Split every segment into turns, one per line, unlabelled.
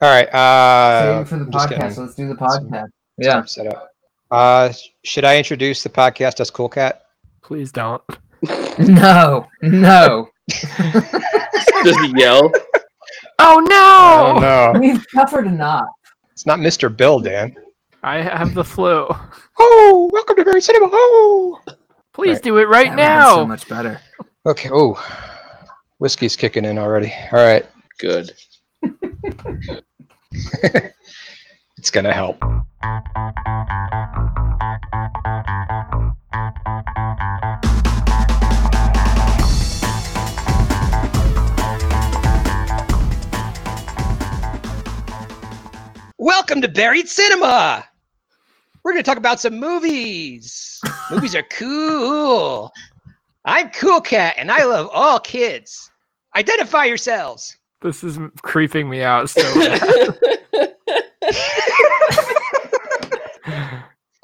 All right. Uh,
Save for the
I'm just
podcast.
getting
Let's do the
Let's-
podcast.
Yeah.
set up. Uh, should I introduce the podcast as Cool Cat?
Please don't.
No, no.
Just yell.
Oh no!
Oh no,
We've suffered enough.
it's not Mr. Bill, Dan.
I have the flu.
Oh, welcome to Barry Cinema. Oh.
Please
Right.
do it right
That would've been
now.
so much better.
Okay. Oh, whiskey's kicking in already. All right,
Good.
it's gonna help. Welcome to Buried Cinema. We're going to talk about some movies. movies are cool. I'm Cool Cat and I love all kids. Identify yourselves.
this is m- creeping me out.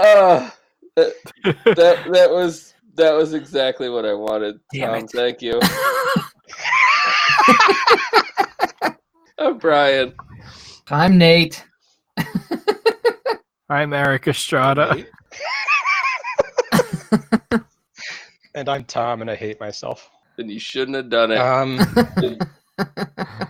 So much.
uh, that that was that was exactly what I wanted.
Damn
Tom,
it.
thank you. I'm Oh, Brian.
I'm Nate.
I'm Eric Estrada.
And I'm Tom and I hate myself.
And you shouldn't have done it.
Um,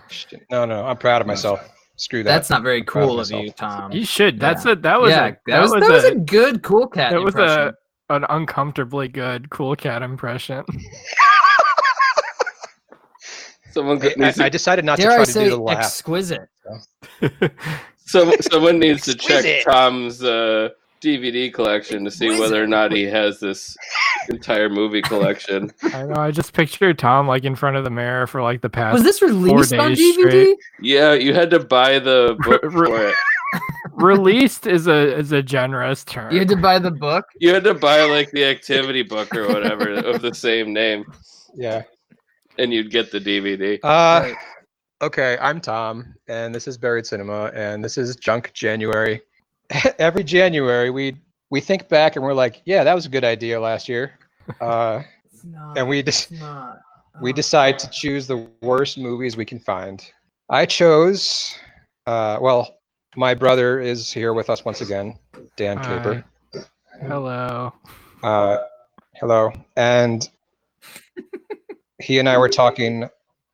shit. no, no, I'm proud of myself. Screw that.
That's not very
Proud
cool
of
of you,
myself.
Tom.
You should. That's a that was
yeah,
a,
that, was, that was a, good cool cat
that was a-
impression.
an uncomfortably good cool cat impression.
Someone
I,
could-
I-
needs
I
to,
decided not to
Dare
try
I
to do
say
the laugh.
exquisite?
some, someone needs to check
Exquisite.
Tom's uh, DVD collection to see whether or not he has this entire movie collection.
I know. I just pictured Tom like in front of the mirror for like the
Was
past
this released on
days
DVD?
straight.
Yeah, you had to buy the book
Re-
for it.
released is a is a generous term.
You had to buy the book.
You had to buy like the activity book or whatever of the same name,
Yeah.
and you'd get the DVD.
Uh,
Right.
okay, I'm Tom, and this is Buried Cinema, and this is Junk January. Every January, we we think back and we're like, yeah, that was a good idea last year, uh,
It's not,
and we just
it's not.
we
Oh,
decide to
God.
choose the worst movies we can find. I chose. Uh, well, my brother is here with us once again, Dan
Hi.
Draper.
Hello.
Uh, hello. And he and I were talking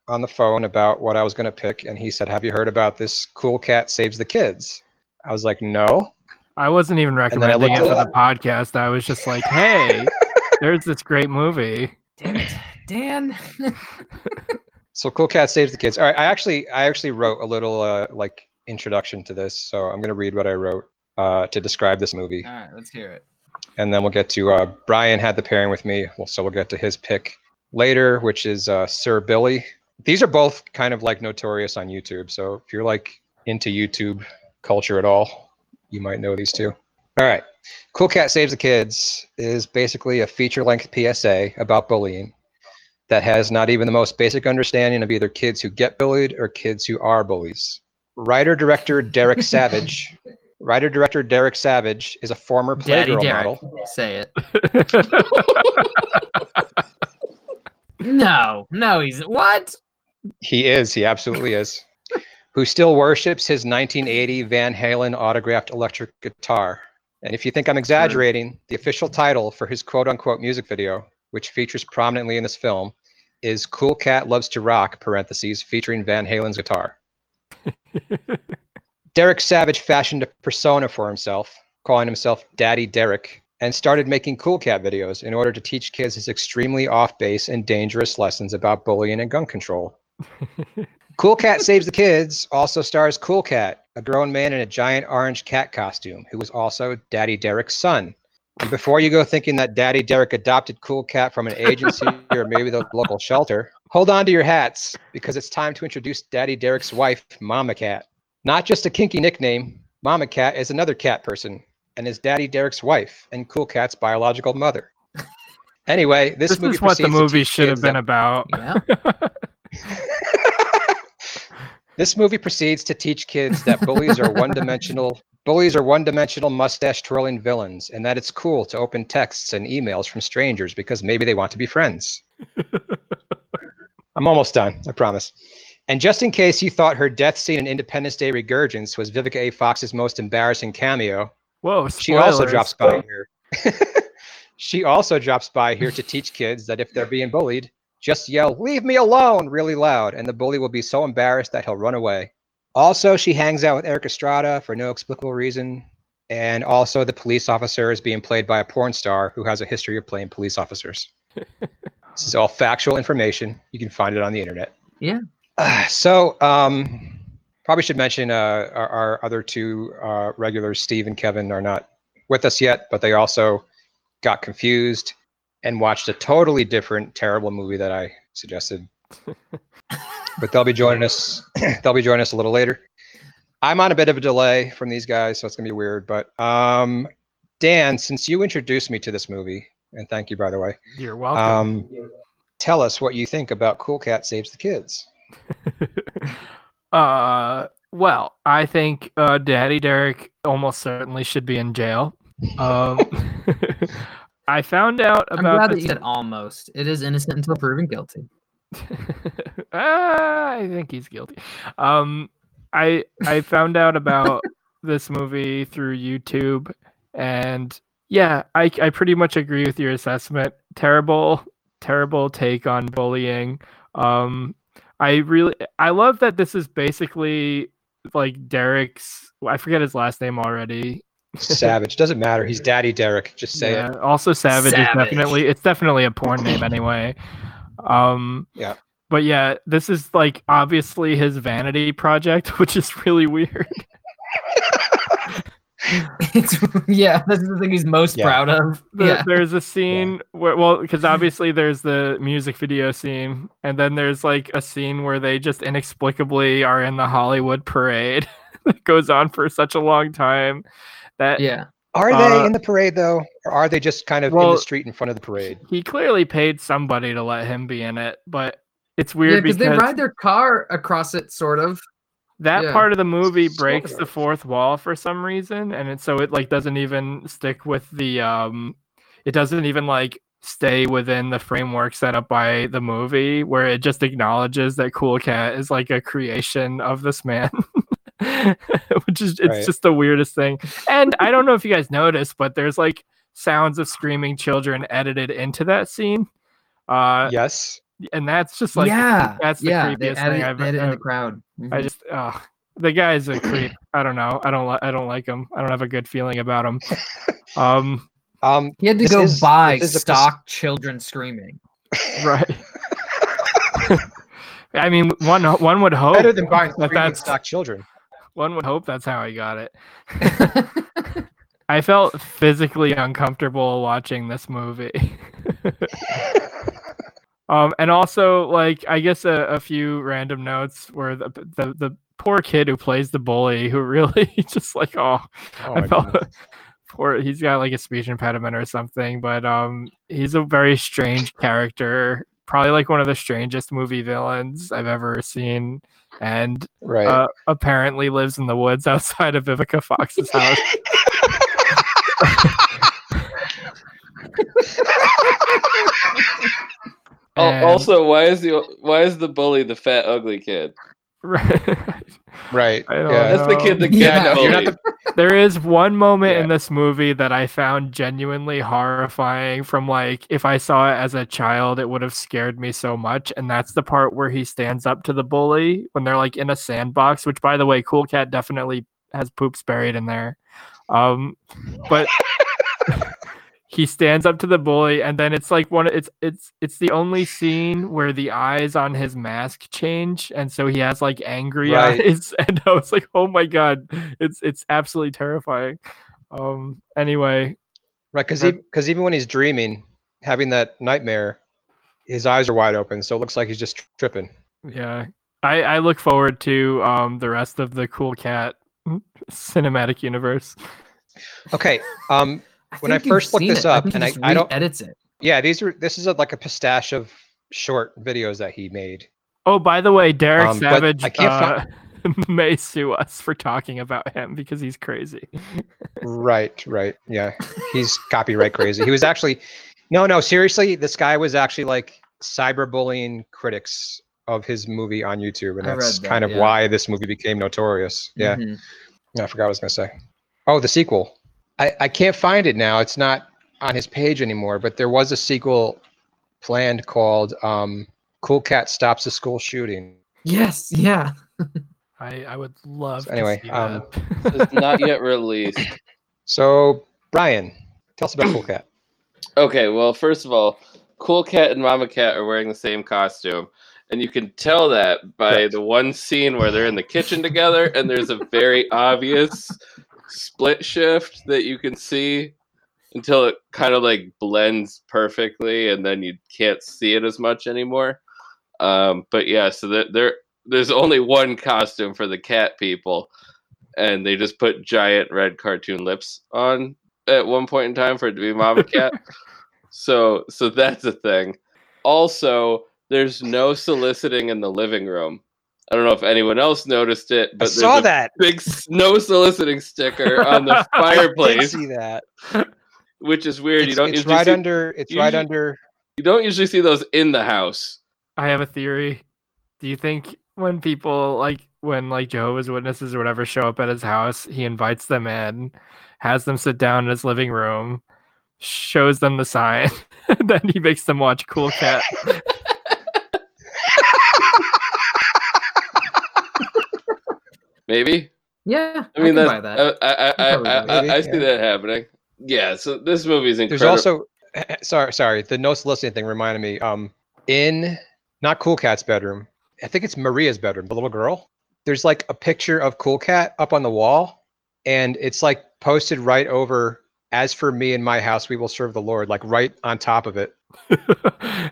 on the phone about what I was going to pick. And he said, Have you heard about this Cool Cat Saves the Kids? I was like, No.
I wasn't even
then I
recommending it
looked
for
it
the podcast. I was just like, hey, there's this great movie.
Damn it, Dan.
So Cool Cat Saves the Kids. All right. I actually, I actually wrote a little uh, like introduction to this. So I'm going to read what I wrote uh, to describe this movie.
All right, let's hear it.
and then we'll get to uh, Brian had the pairing with me. Well, so we'll get to his pick later, which is uh, Sir Billy. These are both kind of like notorious on YouTube. So if you're like into YouTube culture at all, you might know these two. All right. Cool Cat Saves the Kids is basically a feature length PSA about bullying that has not even the most basic understanding of either kids who get bullied or kids who are bullies. Writer director Derek Savage. Writer director Derek Savage is a former
Daddy
Playgirl
Derek,
model.
say it. No, no, he's what?
He is. He absolutely is. Who still worships his 1980 Van Halen autographed electric guitar. And if you think I'm exaggerating, the official title for his quote unquote music video, which features prominently in this film, is Cool Cat Loves to Rock, parentheses, featuring Van Halen's guitar. Derek Savage fashioned a persona for himself, calling himself Daddy Derek, and started making Cool Cat videos in order to teach kids his extremely off base and dangerous lessons about bullying and gun control. Cool Cat Saves the Kids also stars Cool Cat, a grown man in a giant orange cat costume, who was also Daddy Derek's son. And before you go thinking that Daddy Derek adopted Cool Cat from an agency or maybe the local shelter, hold on to your hats because it's time to introduce Daddy Derek's wife, Mama Cat. Not just a kinky nickname, Mama Cat is another cat person and is Daddy Derek's wife and Cool Cat's biological mother. Anyway, this,
this
movie
is what the
proceeds to
movie
teach
should have
kids
been
that-
about.
Yeah.
this movie proceeds to teach kids that bullies are one-dimensional bullies are one-dimensional mustache twirling villains and that it's cool to open texts and emails from strangers because maybe they want to be friends i'm almost done i promise And just in case you thought her death scene in Independence Day Regurgence was Vivica A. Fox's most embarrassing cameo,
Whoa,
she also
spoilers.
drops by here. she also drops by here to teach kids that if they're being bullied, just yell, leave me alone, really loud, and the bully will be so embarrassed that he'll run away. Also, she hangs out with Eric Estrada for no explicable reason. And also, the police officer is being played by a porn star who has a history of playing police officers. this is all factual information. You can find it on the internet.
Yeah.
Uh, so, um, probably should mention uh, our, our other two uh, regulars, Steve and Kevin, are not with us yet, but they also got confused and watched a totally different, terrible movie that I suggested. but they'll be joining us. they'll be joining us a little later. I'm on a bit of a delay from these guys, so it's gonna be weird. But um, Dan, since you introduced me to this movie, and thank you by the way,
You're welcome.
um, tell us what you think about Cool Cat Saves the Kids.
uh, well, I think uh, Daddy Derek almost certainly should be in jail. Um, I found out
I'm
about.
glad
the
that you said almost. It is innocent until proven guilty.
Ah, I think he's guilty. Um, I I found out about this movie through YouTube, and yeah, I I pretty much agree with your assessment. Terrible, terrible take on bullying. Um, I really I love that this is basically like Derek's. I forget his last name already.
Savage doesn't matter. He's Daddy Derek. Just say it.
yeah. Also, Savage,
Savage.
is definitely it's definitely a porn name anyway. Um.
Yeah.
But yeah, this is like obviously his vanity project, which is really weird.
It's yeah, that's the thing he's most
Yeah.
proud of.
The-
yeah.
There's a scene where, well, because obviously there's the music video scene, and then there's like a scene where they just inexplicably are in the Hollywood parade that goes on for such a long time. That
Yeah.
Are they
Uh,
in the parade though, or are they just kind of in
well-
the street in front of the parade?
he clearly paid somebody to let him be in it, but it's
Yeah,
weird
because
because
they ride their car across it, sort of.
that
Yeah.
part of the movie
Sort
breaks the
of.
fourth wall for some reason and it so it like doesn't even stick with the um it doesn't even like stay within the framework set up by the movie where it just acknowledges that cool cat is like a creation of this man which is it's
Right.
just the weirdest thing and i don't know if you guys noticed but there's like sounds of screaming children edited into that scene uh
yes.
and that's just like
yeah.
that's the
yeah,
creepiest
they added,
thing I've-
they added in the
I've-
crowd. Mhm.
Mm-hmm.
I just uh the guy's a creep. I don't know. I don't li- I don't like him. I don't have a good feeling about him. Um
Um,
he had to
this
go
is-
buy
this is a pers-
stock children screaming.
right. I mean one one would hope
better than buying
that
screaming
Oh, that's-
stock children.
one would hope that's how he got it. I felt physically uncomfortable watching this movie. Um, and also, like, I guess a, a few random notes where the, the the poor kid who plays the bully, who really just like, oh,
Oh
I
my
felt
goodness.
poor. He's got like a speech impediment or something, but um, he's a very strange character. Probably like one of the strangest movie villains I've ever seen, and
right.
uh, apparently lives in the woods outside of Vivica Fox's house.
Al-
And-
Also, why is the why is the bully the fat ugly kid?
Right.
right.
I don't
Um, Yeah.
That's the kid that gets
Yeah, no,
you're not
bullied.
there is one moment
Yeah.
in this movie that I found genuinely horrifying from like if I saw it as a child it would have scared me so much and that's the part where he stands up to the bully when they're like in a sandbox which by the way cool cat definitely has poops buried in there um but he stands up to the bully and then it's like one it's it's it's the only scene where the eyes on his mask change and so he has like angry
Right.
eyes and i was like oh my god it's it's absolutely terrifying um anyway
Right. Because because even when he's dreaming, having that nightmare, his eyes are wide open, so it looks like he's just tripping.
yeah i i look forward to um the rest of the cool cat cinematic universe
Okay. Um. When I
think you've
first looked
seen
this
it.
up,
think he
and I-
just
I don't-
edits it.
Yeah. These are. This is a, like a pistache of short videos that he made.
oh by the way derek
Um, but
savage
I can't
uh, may sue us for talking about him because he's crazy
Right. Right. Yeah. He's copyright crazy. He was actually. No. No. Seriously, this guy was actually like cyberbullying critics of his movie on YouTube, and
I read
that's
that,
kind of
yeah.
why this movie became notorious. Yeah,
Mhm.
I forgot what I was gonna say. Oh, the sequel. I I can't find it now. It's not on his page anymore. But there was a sequel planned called um, "Cool Cat Stops a School Shooting."
Yes. Yeah.
I, I would love.
So anyway,
to see
um,
that.
It's not yet released.
So Brian, tell us about Cool Cat.
Okay, well, first of all, Cool Cat and Mama Cat are wearing the same costume. And you can tell that by
Correct.
the one scene where they're in the kitchen together, and there's a very obvious split shift that you can see until it kind of like blends perfectly, and then you can't see it as much anymore. Um, but yeah, so there, there, there's only one costume for the cat people, and they just put giant red cartoon lips on at one point in time for it to be Mama Cat. So so that's a thing. Also, there's no soliciting in the living room. I don't know if anyone else noticed it,
I
but there's
saw
a
that.
big s- no soliciting sticker on the
I did
fireplace,
see that.
which is weird. you
It's,
don't
it's
usually
right
see,
under. It's right
usually-
under.
you don't usually see those in the house.
I have a theory. Do you think when people like when like Jehovah's Witnesses or whatever show up at his house, he invites them in, has them sit down in his living room, shows them the sign, and then he makes them watch Cool Cat.
Maybe.
Yeah.
I mean,
can
uh, that's,
buy that.
I, I, I,
Probably
I, I,
maybe,
I see
yeah.
that happening. Yeah. So this movie's incredible.
There's also sorry, sorry. The no soliciting thing reminded me. Um, in not Cool Cat's bedroom, I think it's Maria's bedroom, the little girl. There's like a picture of Cool Cat up on the wall, and it's like posted right over. As for me and my house, we will serve the Lord, like right on top of it.
the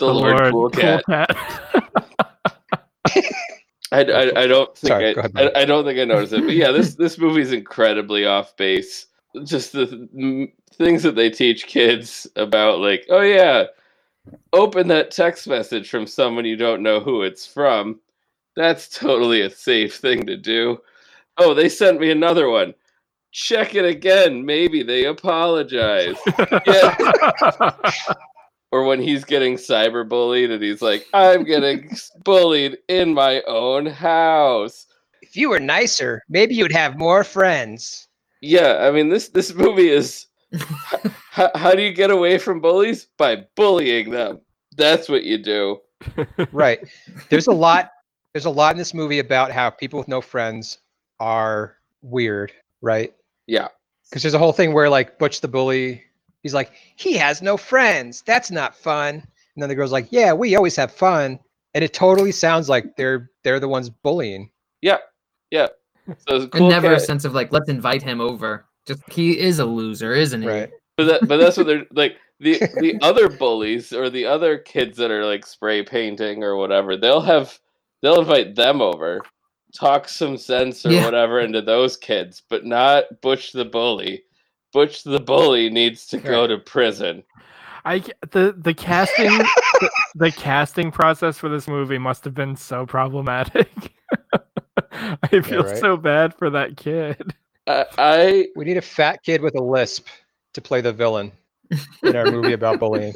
Lord, Cool Cat. I, I, I don't think
Sorry,
I,
go ahead, Matt.
I, I don't think I noticed it, but yeah, this this movie's incredibly off base. Just the th- m- things that they teach kids about, like, oh yeah, open that text message from someone you don't know who it's from. That's totally a safe thing to do. Oh, they sent me another one. Check it again. Maybe they apologize. Yeah. or when he's getting cyberbullied and he's like, I'm getting bullied in my own house.
If you were nicer, maybe you'd have more friends.
Yeah, I mean this this movie is h- how, how do you get away from bullies? By bullying them. That's what you do.
Right. There's a lot. There's a lot in this movie about how people with no friends are weird, right?
Yeah.
Because there's a whole thing where like Butch the bully, he's like, he has no friends. That's not fun. And then the girl's like, yeah, we always have fun. And it totally sounds like they're they're the ones bullying.
So it's
and
cool
never a
cat-
sense of like, let's invite him over. Just he is a loser, isn't he?
Right.
but that, but that's what they're like the the other bullies or the other kids that are like spray painting or whatever. They'll have they'll invite them over, talk some sense or
Yeah.
whatever into those kids, but not Butch the bully. Butch the bully needs to go
Right.
to prison.
I ca- the the casting the, the casting process for this movie must have been so problematic. I feel
right.
so bad for that kid.
I, I
We need a fat kid with a lisp to play the villain in our movie about bullying.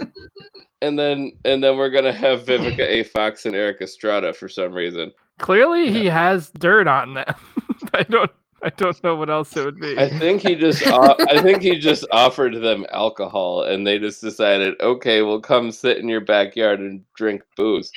and then and then we're gonna have Vivica A. Fox and Eric Estrada for some reason.
Clearly, he has dirt on them. I don't I don't know what else it would be.
I think he just o- I think he just offered them alcohol, and they just decided, okay, we'll come sit in your backyard and drink booze,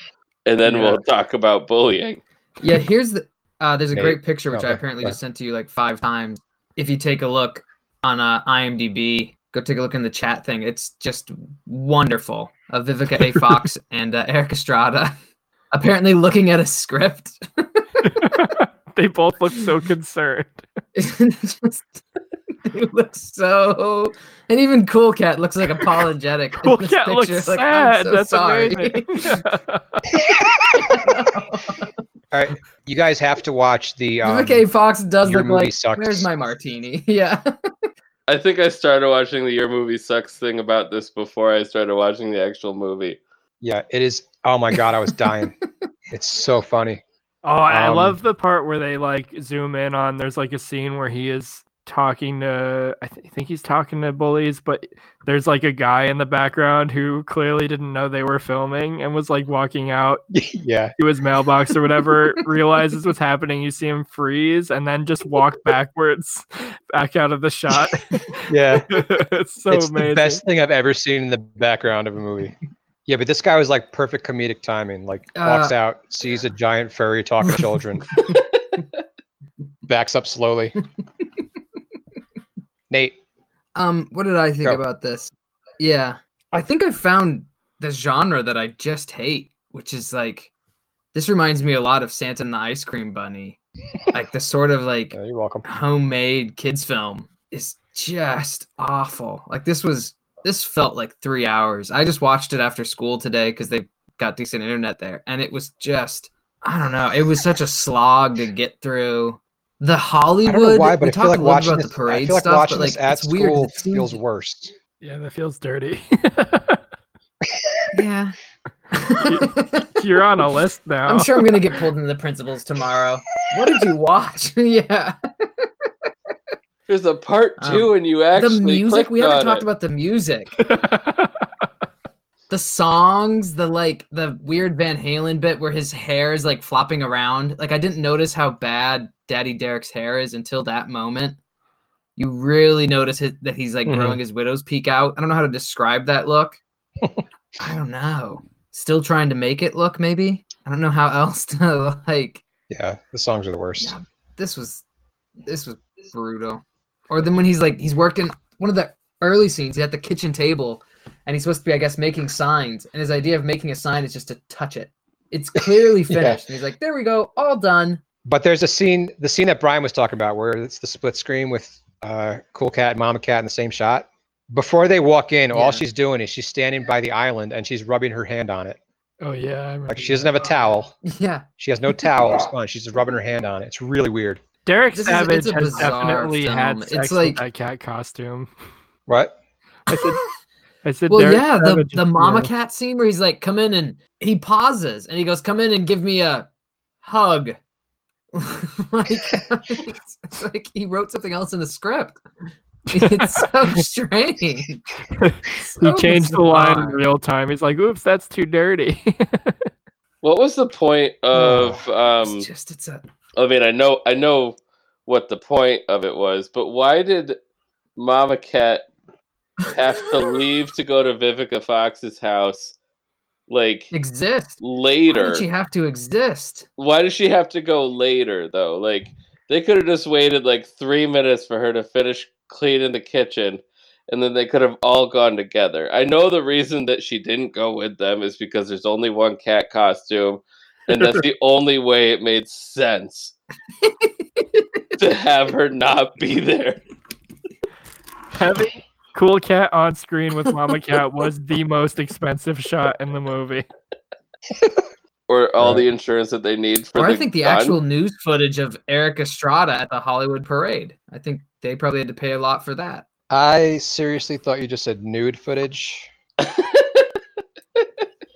and then
Yeah.
we'll talk about bullying.
Yeah, here's the uh, there's a
Hey,
great picture which
oh,
I
yeah,
apparently
yeah.
just sent to you like five times. If you take a look on uh, IMDb, go take a look in the chat thing. It's just wonderful. Of Vivica A. Fox and uh, Eric Estrada apparently looking at a script.
they both look so concerned.
It's just, they look so, and even Cool Cat looks like apologetic. in
Cool
this
cat looks
picture, like, I'm
sad.
so
That's
sorry.
amazing.
All right. You guys have to watch the um,
Vivica A. Fox does
your
look like.
movie sucks.
Where's my martini? Yeah.
I think I started watching the Your Movie Sucks thing about this before I started watching the actual movie.
Yeah, it is. Oh my god, I was dying. it's so funny.
Oh, I
Um,
love the part where they like zoom in on. There's like a scene where he is talking to I th- think he's talking to bullies, but there's like a guy in the background who clearly didn't know they were filming and was like walking out
yeah.
to his mailbox or whatever, realizes what's happening. You see him freeze and then just walk backwards back out of the shot.
Yeah.
it's so
it's
amazing.
the best thing I've ever seen in the background of a movie. Yeah, but this guy was like perfect comedic timing. Like
Uh,
walks out, sees a giant furry talking children, backs up slowly. Nate,
Um, what did I think
Go.
about this? Yeah, I think I found the genre that I just hate, which is like this reminds me a lot of Santa and the Ice Cream Bunny, like the sort of like
uh, you're welcome.
homemade kids film is just awful. Like this was this felt like 3 hours. I just watched it after school today cuz they got decent internet there and it was just I don't know, it was such a slog to get through. The
I
Hollywood
don't know why, but
we
I
talked
feel like
a little bit
watching
about
this.
the parade
I feel like
stuff,
watching
but like
this at
it's weird 'cause
school
it seems-
feels worse.
yeah, that feels dirty.
Yeah.
You're on a list now.
I'm sure I'm gonna get pulled into the principals tomorrow. What did you watch? yeah.
There's a part two, and you actually
Oh. the music. We haven't
clicked on
talked
it.
about the music. The songs, the like the weird Van Halen bit where his hair is like flopping around. Like I didn't notice how bad Daddy Derek's hair is until that moment. You really notice it, that he's like
Mhm.
growing his widow's peak out. I don't know how to describe that look. I don't know. Still trying to make it look maybe. I don't know how else to like
Yeah, the songs are the worst.
Yeah. this was this was brutal. Or then when he's like he's worked in one of the early scenes, he's at the kitchen table and he's supposed to be, I guess, making signs. And his idea of making a sign is just to touch it. It's clearly
Yeah.
finished. And he's like, There we go, all done.
But there's a scene, the scene that Brian was talking about, where it's the split screen with uh, Cool Cat and Mama Cat in the same shot. Before they walk in,
Yeah.
all she's doing is she's standing by the island and she's rubbing her hand on it.
oh yeah, I remember
Like she doesn't have a towel.
Yeah.
She has no towel. It's fun. She's just rubbing her hand on it. It's really weird.
Derek
This is-
Savage
it's a
has
bizarre
definitely had
film. It's
sex it's
like-
like that cat costume.
What?
I said, I said
Well,
Derek
yeah, the,
Savage
the
is
mama
real.
cat scene where he's like, come in and he pauses and he goes, come in and give me a hug. like, it's, it's like he wrote something else in the script. It's so strange.
He
So
changed the line in
bizarre.
real time. He's like, "Oops, that's too dirty."
What was the point of? Um,
Oh. it's just it's a
I mean, I know, I know what the point of it was, but why did Mama Cat have to leave to go to Vivica Fox's house? Like
exist. Why
later,
did she have to exist?
why does she have to go later though? Like they could have just waited like three minutes for her to finish cleaning the kitchen, and then they could have all gone together. I know the reason that she didn't go with them is because there's only one cat costume, and that's the only way it made sense to have her not be there.
Having cool cat on screen with mama cat was the most expensive shot in the movie.
Or all the insurance that they need for
Or
the
I think the
gun.
actual news footage of Eric Estrada at the Hollywood parade. I think they probably had to pay a lot for that.
I seriously thought you just said nude footage.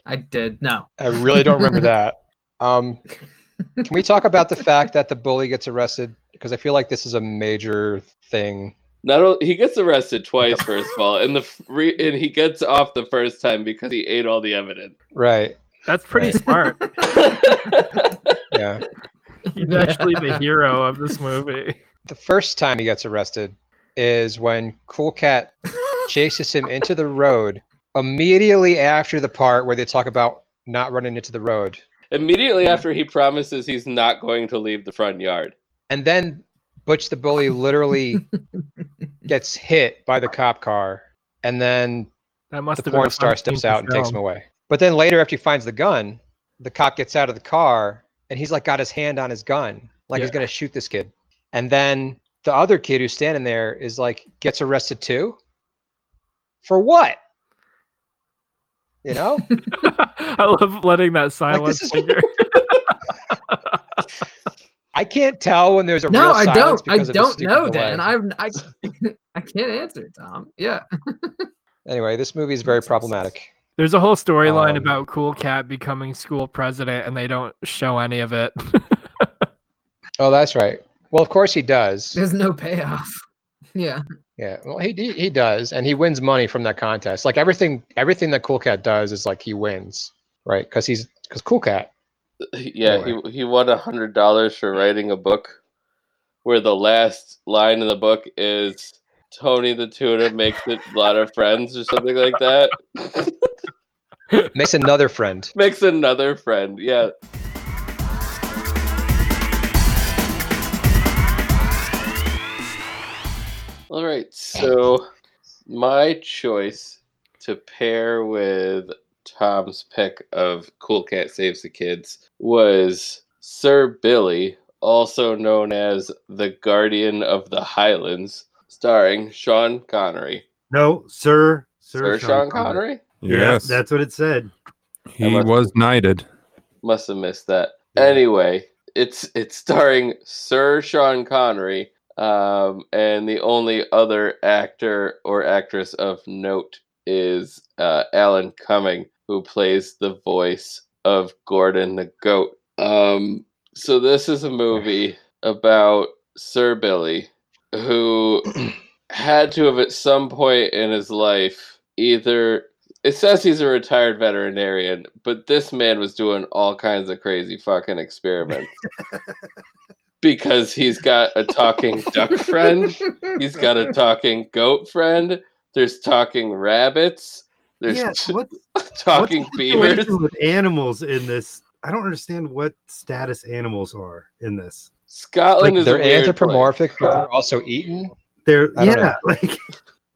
I did. No.
I really don't remember that. Um, can we talk about the fact that the bully gets arrested? Because I feel like this is a major thing.
Not only he gets arrested twice, first of all, and the f- re- and he gets off the first time because he ate all the evidence.
Right.
That's pretty
Right.
smart.
Yeah.
He's actually the hero of this movie.
the first time he gets arrested is when Cool Cat chases him into the road immediately after the part where they talk about not running into the road.
Immediately after he promises he's not going to leave the front yard.
And then Butch the Bully literally gets hit by the cop car. And then
That must
the
have been
porn
a
star
fun
steps
scene to
out and takes him
film.
away. But then later, after he finds the gun, the cop gets out of the car and he's like got his hand on his gun, like he's
Yeah.
gonna shoot this kid. And then the other kid who's standing there is like gets arrested too. For what? You know,
I love letting that silence
is-
linger.
I can't tell when there's a
no,
real
I
silence
don't. I
because of the
don't
stupid
know,
delay.
Dan. I've I I can't answer, Tom. Yeah.
Anyway, this movie is very problematic.
There's a whole storyline
Um,
about Cool Cat becoming school president, and they don't show any of it.
Oh, that's right. Well, of course he does.
There's no payoff. Yeah.
Yeah, well, he, he he does, and he wins money from that contest. Like everything, everything that Cool Cat does is like he wins, right? Because he's because Cool Cat.
Yeah, he he won a hundred dollars for writing a book, where the last line in the book is Tony the Tuna makes a lot of friends or something like that.
Makes another friend.
makes another friend. Yeah, All right, so my choice to pair with Tom's pick of Cool Cat Saves the Kids was Sir Billy, also known as the Guardian of the Highlands, starring Sean Connery.
No, sir,
Sir,
sir,
Sean, Connery?
Yeah,
Yes,
that's what it said.
he was knighted.
Must have missed that.
Yeah.
Anyway, it's it's starring Sir Sean Connery, um, and the only other actor or actress of note is uh, Alan Cumming, who plays the voice of Gordon the Goat. Um, so this is a movie about Sir Billy, who had to have at some point in his life either it says he's a retired veterinarian, but this man was doing all kinds of crazy fucking experiments. because he's got a talking duck friend, he's got a talking goat friend, there's talking rabbits, there's
Yeah, what
talking
what's the
beavers.
situation with animals in this? I don't understand what status animals are in this.
Scotland
Like,
is a
they're
weird place.
anthropomorphic, but they're also eaten.
They're
I
yeah,
don't know.
like I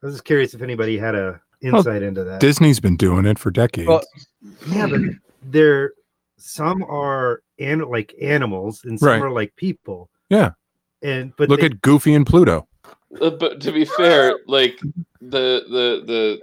was just curious if anybody had a
Oh,
insight into that.
Disney's been doing it for decades.
Well,
yeah, but they're some are an, like animals and some
Right.
are like people.
Yeah.
and but
Look
they-
at Goofy and Pluto.
Uh, but to be fair, like the the the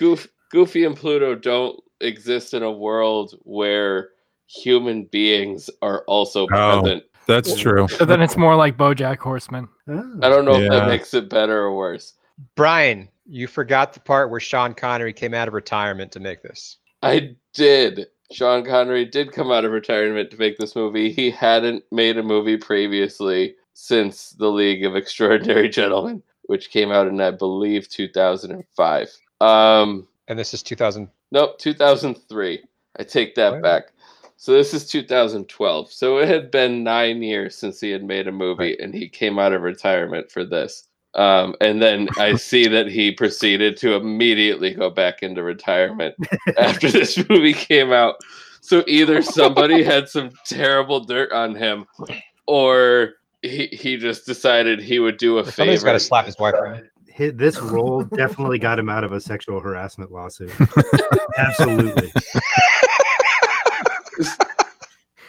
Goof, Goofy and Pluto don't exist in a world where human beings are also
Oh.
present.
That's true.
So then it's more like BoJack Horseman.
Oh.
I don't know if that
Yeah.
makes it better or worse.
Brian, you forgot the part where Sean Connery came out of retirement to make this.
I did. Sean Connery did come out of retirement to make this movie. He hadn't made a movie previously since The League of Extraordinary Gentlemen, which came out in I believe 2005. Um
And this is 2000.
Nope, 2003. I take that
Wow.
back. So this is 2012. So it had been nine years since he had made a movie, and he came out of retirement for this. Um, and then I see that he proceeded to immediately go back into retirement after this movie came out. So either somebody had some terrible dirt on him, or he, he just decided he would do a
Somebody's got
favor.
to slap his wife. Right?
hit this role definitely got him out of a sexual harassment lawsuit. Absolutely.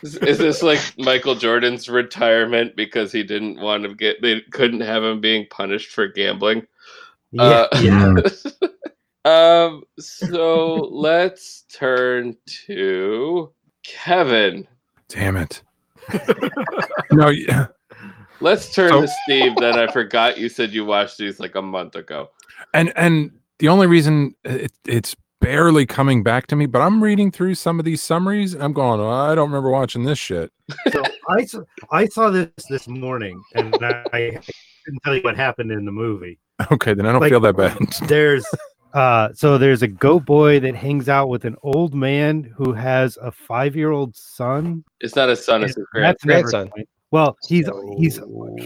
Is, is this like Michael Jordan's retirement because he didn't want to get they couldn't have him being punished for gambling?
Yeah.
Uh,
yeah.
Um so let's turn to Kevin.
Damn it. no, yeah.
Let's turn
So-
to Steve that I forgot you said you watched these like a month ago.
and and the only reason it, it's barely coming back to me but i'm reading through some of these summaries and i'm going "Oh, i don't remember watching this shit
So I saw, I saw this this morning and I, I couldn't tell you what happened in the movie.
okay then i don't
Like-
feel that bad
There's uh so there's a goat boy that hangs out with an old man who has a 5-year-old son.
It's not his son, it's his grand.
That's never
Grandson.
Well, he's he's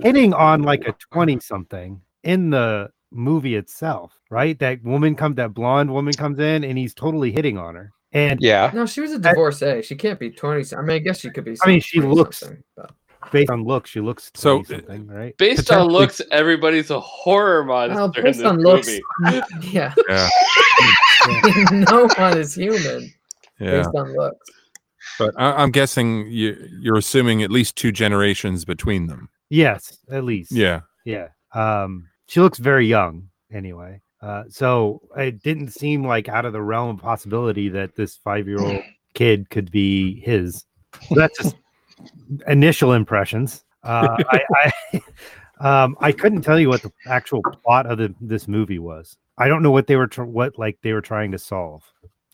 hitting on like a 20 something in the movie itself, right? That woman comes, that blonde woman comes in and he's totally hitting on her. And
Yeah.
No, she was a divorcee. She can't be 20. I mean, I guess she could be.
I mean, she
20
looks-
something, but-
based on looks, she looks
So, uh,
something, right?
Based on
potentially-
looks, everybody's a horror monster
Well,
in this
based on looks,
movie.
yeah,
yeah
no one is human
yeah
based on looks.
but I, i'm guessing you you're assuming at least two generations between them
Yes, at least.
yeah
Yeah. Um, she looks very young anyway. Uh, so it didn't seem like out of the realm of possibility that this five year old kid could be his. So that's just initial impressions. Uh, I, I, um, I couldn't tell you what the actual plot of the, this movie was. I don't know what they were, tr- what like they were trying to solve.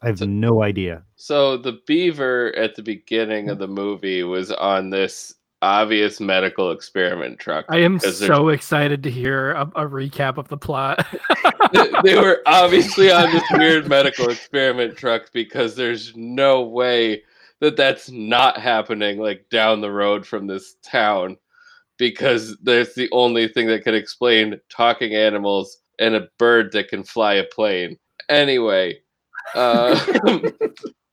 I have
So-
no idea.
So the beaver at the beginning of the movie was on this obvious medical experiment truck.
I am
because they're-
so excited to hear a, a recap of the plot.
they were obviously on this weird medical experiment truck because there's no way that that's not happening like down the road from this town because there's the only thing that could explain talking animals and a bird that can fly a plane anyway uh,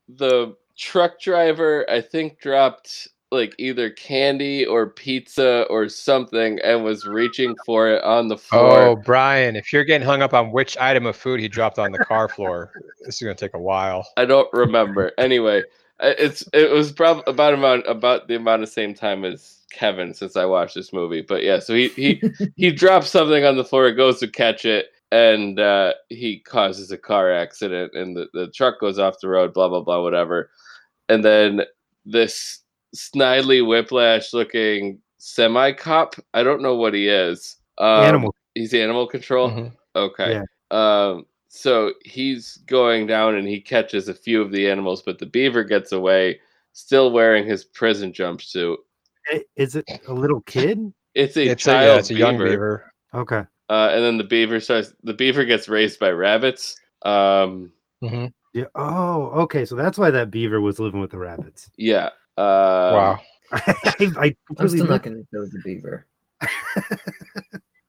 the truck driver i think dropped like either candy or pizza or something and was reaching for it on the floor
Oh, Brian, if you're getting hung up on which item of food he dropped on the car floor, this is going to take a while.
I don't remember. Anyway, I- it's it was probably about amount about the amount of same time as Kevin since I watched this movie. But yeah, so he he he drops something on the floor, goes to catch it, and uh, he causes a car accident, and the, the truck goes off the road. Blah blah blah, whatever. And then this snidely whiplash looking semi cop. I don't know what he is. Um,
Animal.
He's animal control.
Mhm.
Okay. Um, so he's going down and he catches a few of the animals, but the beaver gets away, still wearing his prison jumpsuit.
I- Is it a little kid?
It's a
It's a,
child
yeah, it's a
beaver,
young beaver.
Okay.
Uh, and then the beaver starts. The beaver gets raised by rabbits. Um,
Mhm.
Yeah. Oh, okay. So that's why that beaver was living with the rabbits.
yeah. Uh,
wow.
I, I
I'm
completely
still not
missed-
going to build the beaver.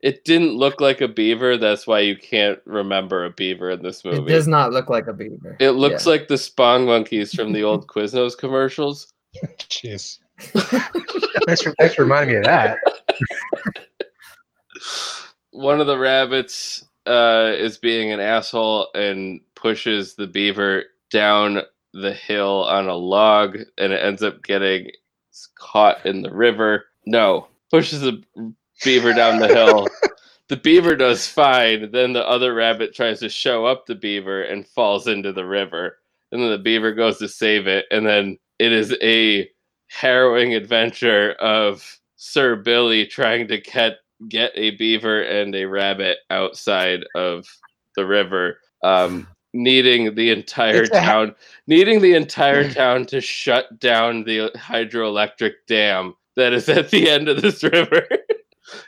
It didn't look like a beaver. That's why you can't remember a beaver in this
It
movie.
does not look like a beaver.
It looks like the Spong monkeys from the old Quiznos commercials.
Jeez. thanks, for, thanks for reminding me of that.
one of the rabbits uh, is being an asshole and pushes the beaver down the hill on a log, and it ends up getting s- caught in the river. No, pushes the beaver down the hill. the beaver does fine. Then the other rabbit tries to show up the beaver and falls into the river. And then the beaver goes to save it. And then it is a harrowing adventure of Sir Billy trying to catch get a beaver and a rabbit outside of the river, um, needing the entire
It's a ha-
town, needing the entire town to shut down the hydroelectric dam that is at the end of this river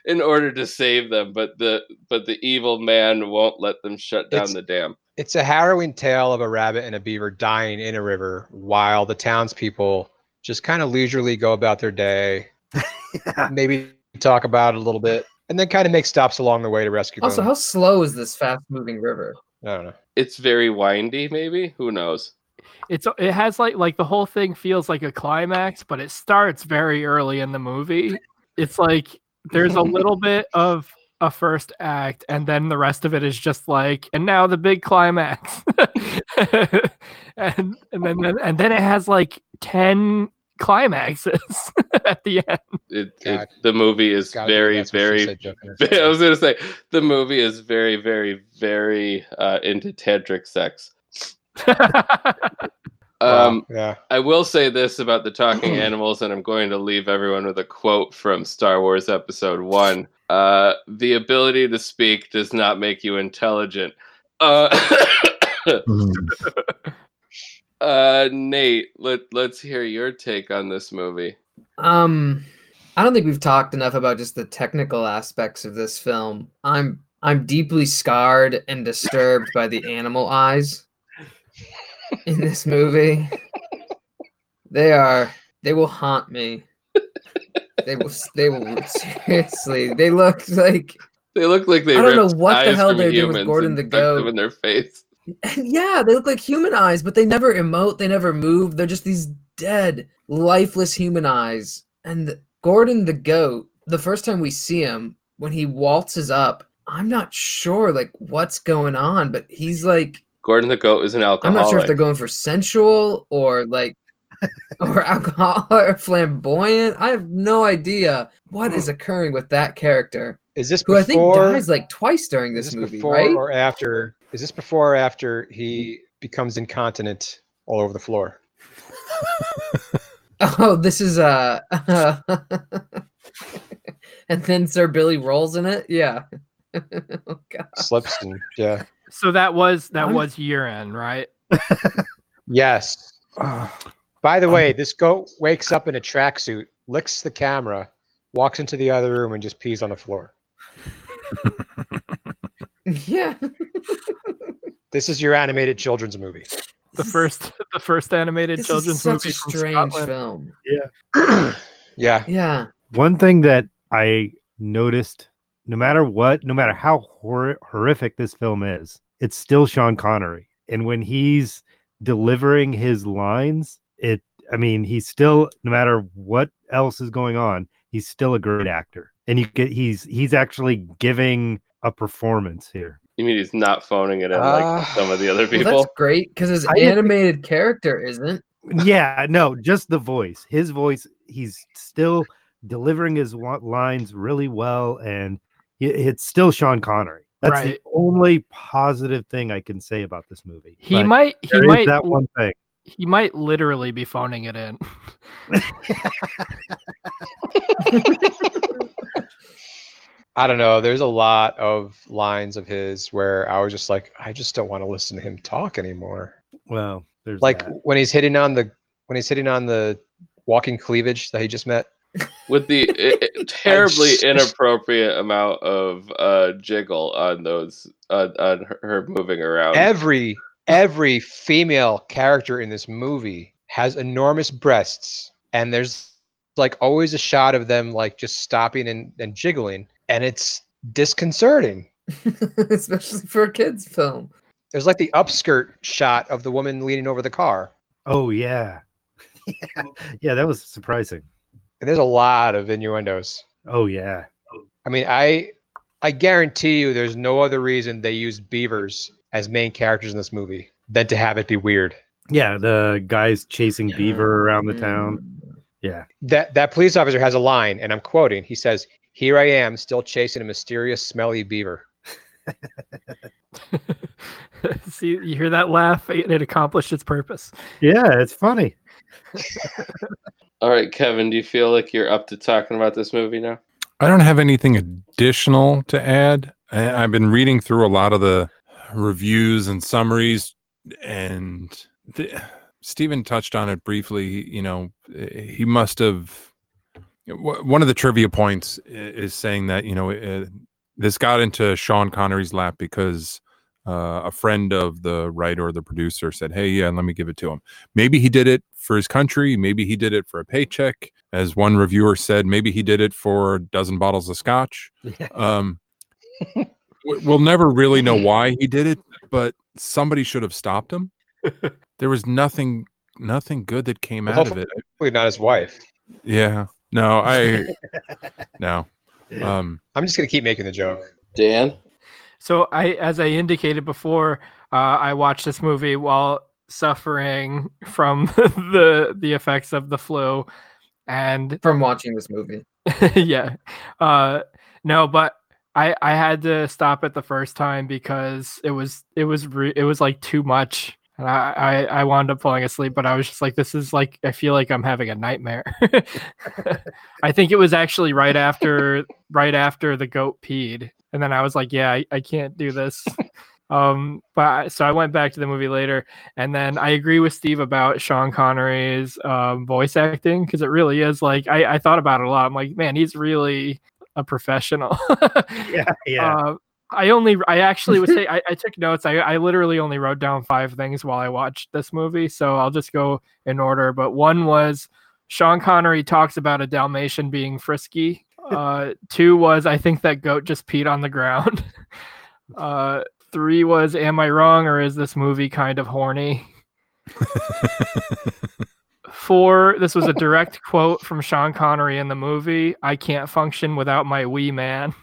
in order to save them. But the but the evil man won't let them shut down
It's-
the dam.
It's a harrowing tale of a rabbit and a beaver dying in a river while the townspeople just kind of leisurely go about their day,
Yeah.
maybe talk about it a little bit, and then kind of make stops along the way to rescue
Also,
them.
how slow is this fast-moving river?
I don't know.
It's very windy, maybe. Who knows?
it's it has like like the whole thing feels like a climax, but it starts very early in the movie. It's like there's a little bit of a first act, and then the rest of it is just like, and now the big climax, and and then and then it has like ten climaxes at the end.
It,
God.
it the movie is
Gotta do
very
that's what she
very
said, joking
I
aside.
was gonna say the movie is very, very, very uh, into tantric sex.
Wow,
Um,
yeah.
I will say this about the talking animals, and I'm going to leave everyone with a quote from Star Wars Episode One: uh, "The ability to speak does not make you intelligent." Uh, uh, Nate, let let's hear your take on this movie.
Um, I don't think we've talked enough about just the technical aspects of this film. I'm I'm deeply scarred and disturbed by the animal eyes in this movie. They are they will haunt me. They will s- they will seriously. They look like
They look like they
I don't know
ripped
what the
eyes
hell
from
they did with
humans
Gordon
and
the
stuck them
Goat.
in their face.
yeah, they look like human eyes, but they never emote. They never move. They're just these dead, lifeless human eyes. And Gordon the goat, the first time we see him, when he waltzes up, I'm not sure like what's going on, but he's like,
Gordon the goat is an
I'm
alcoholic.
not sure if they're going for sensual or like, or alcohol or flamboyant. I have no idea what is occurring with that character,
Is this
who
Hmm. before?
I think dies like twice during
is
this,
this
movie,
before
right?
or after? Is this before or after he becomes incontinent all over the floor?
Oh, this is uh, and then Sir Billy rolls in it. Yeah. oh God.
Slips and yeah.
so that was that
I'm-
was urine, right?
Yes. By the way, this goat wakes up in a tracksuit licks the camera, walks into the other room, and just pees on the floor.
Yeah.
This is your animated children's movie.
The first, the first animated
This
children's
is such
movie
a
from
strange
Scotland.
film.
Yeah.
Yeah.
One thing that I noticed, no matter what, no matter how hor- horrific this film is, it's still Sean Connery. And when he's delivering his lines, it, I mean, he's still, no matter what else is going on, he's still a great actor. And you get, he's, he's actually giving a performance here.
You mean he's not phoning it in like
Ah.
some of the other
Well,
people?
that's great because his
I don't think-
animated character isn't.
yeah, no, just the voice. His voice, he's still delivering his wa- lines really well, and i- it's still Sean Connery. That's
Right.
the only positive thing I can say about this movie.
He
But
might, he
there is
might,
that one thing.
he might literally be phoning it in.
I don't know. There's a lot of lines of his where I was just like, I just don't want to listen to him talk anymore.
Well, there's
Like
that.
when he's hitting on the when he's hitting on the walking cleavage that he just met.
With the i i- terribly
just-
inappropriate amount of uh, jiggle on those on, on her- her moving around.
Every every female character in this movie has enormous breasts, and there's like always a shot of them like just stopping and, and jiggling, and it's disconcerting.
Especially for a kid's film.
There's like the upskirt shot of the woman leaning over the car.
oh yeah, yeah, that was surprising.
And there's a lot of innuendos.
Oh yeah,
I mean, I I guarantee you there's no other reason they used beavers as main characters in this movie than to have it be weird.
yeah, the guys chasing
Yeah.
beaver around
Mm.
the
Mm.
town. Yeah,
That that police officer has a line, and I'm quoting. He says, "Here I am, still chasing a mysterious, smelly beaver."
See, you hear that laugh? It, it accomplished its purpose.
yeah, it's funny.
All right, Kevin, do you feel like you're up to talking about this movie now?
I don't have anything additional to add. I, I've been reading through a lot of the reviews and summaries, and the, Stephen touched on it briefly. You know, eh, he must have. wh- One of the trivia points i- is saying that you know eh, this got into Sean Connery's lap because uh, a friend of the writer or the producer said, "Hey, yeah, let me give it to him." Maybe he did it for his country. Maybe he did it for a paycheck. As one reviewer said, maybe he did it for a dozen bottles of scotch. Um, w- we'll never really know why he did it, but somebody should have stopped him. There was nothing, nothing good that came out of it.
Probably not his wife.
Yeah. No, I, no. Um,
I'm just gonna keep making the joke.
Dan?
So I, as I indicated before, uh, I watched this movie while suffering from the the effects of the flu, and
From watching this movie.
yeah, uh, no, but I I had to stop it the first time because it was it was re- it was like too much. And I, I I wound up falling asleep, but I was just like, this is like I feel like I'm having a nightmare. I think it was actually right after right after the goat peed, and then I was like, yeah, I, I can't do this. um, but I, so I went back to the movie later, and then I agree with Steve about Sean Connery's um, voice acting because it really is like I, I thought about it a lot. I'm like, man, he's really a professional.
Yeah, yeah.
Uh, I only, I actually was say, I, I took notes. I, I literally only wrote down five things while I watched this movie. So I'll just go in order. But one was Sean Connery talks about a Dalmatian being frisky. Uh, two was I think that goat just peed on the ground. Uh, three was Am I wrong or is this movie kind of horny? Four, this was a direct quote from Sean Connery in the movie I can't function without my wee man.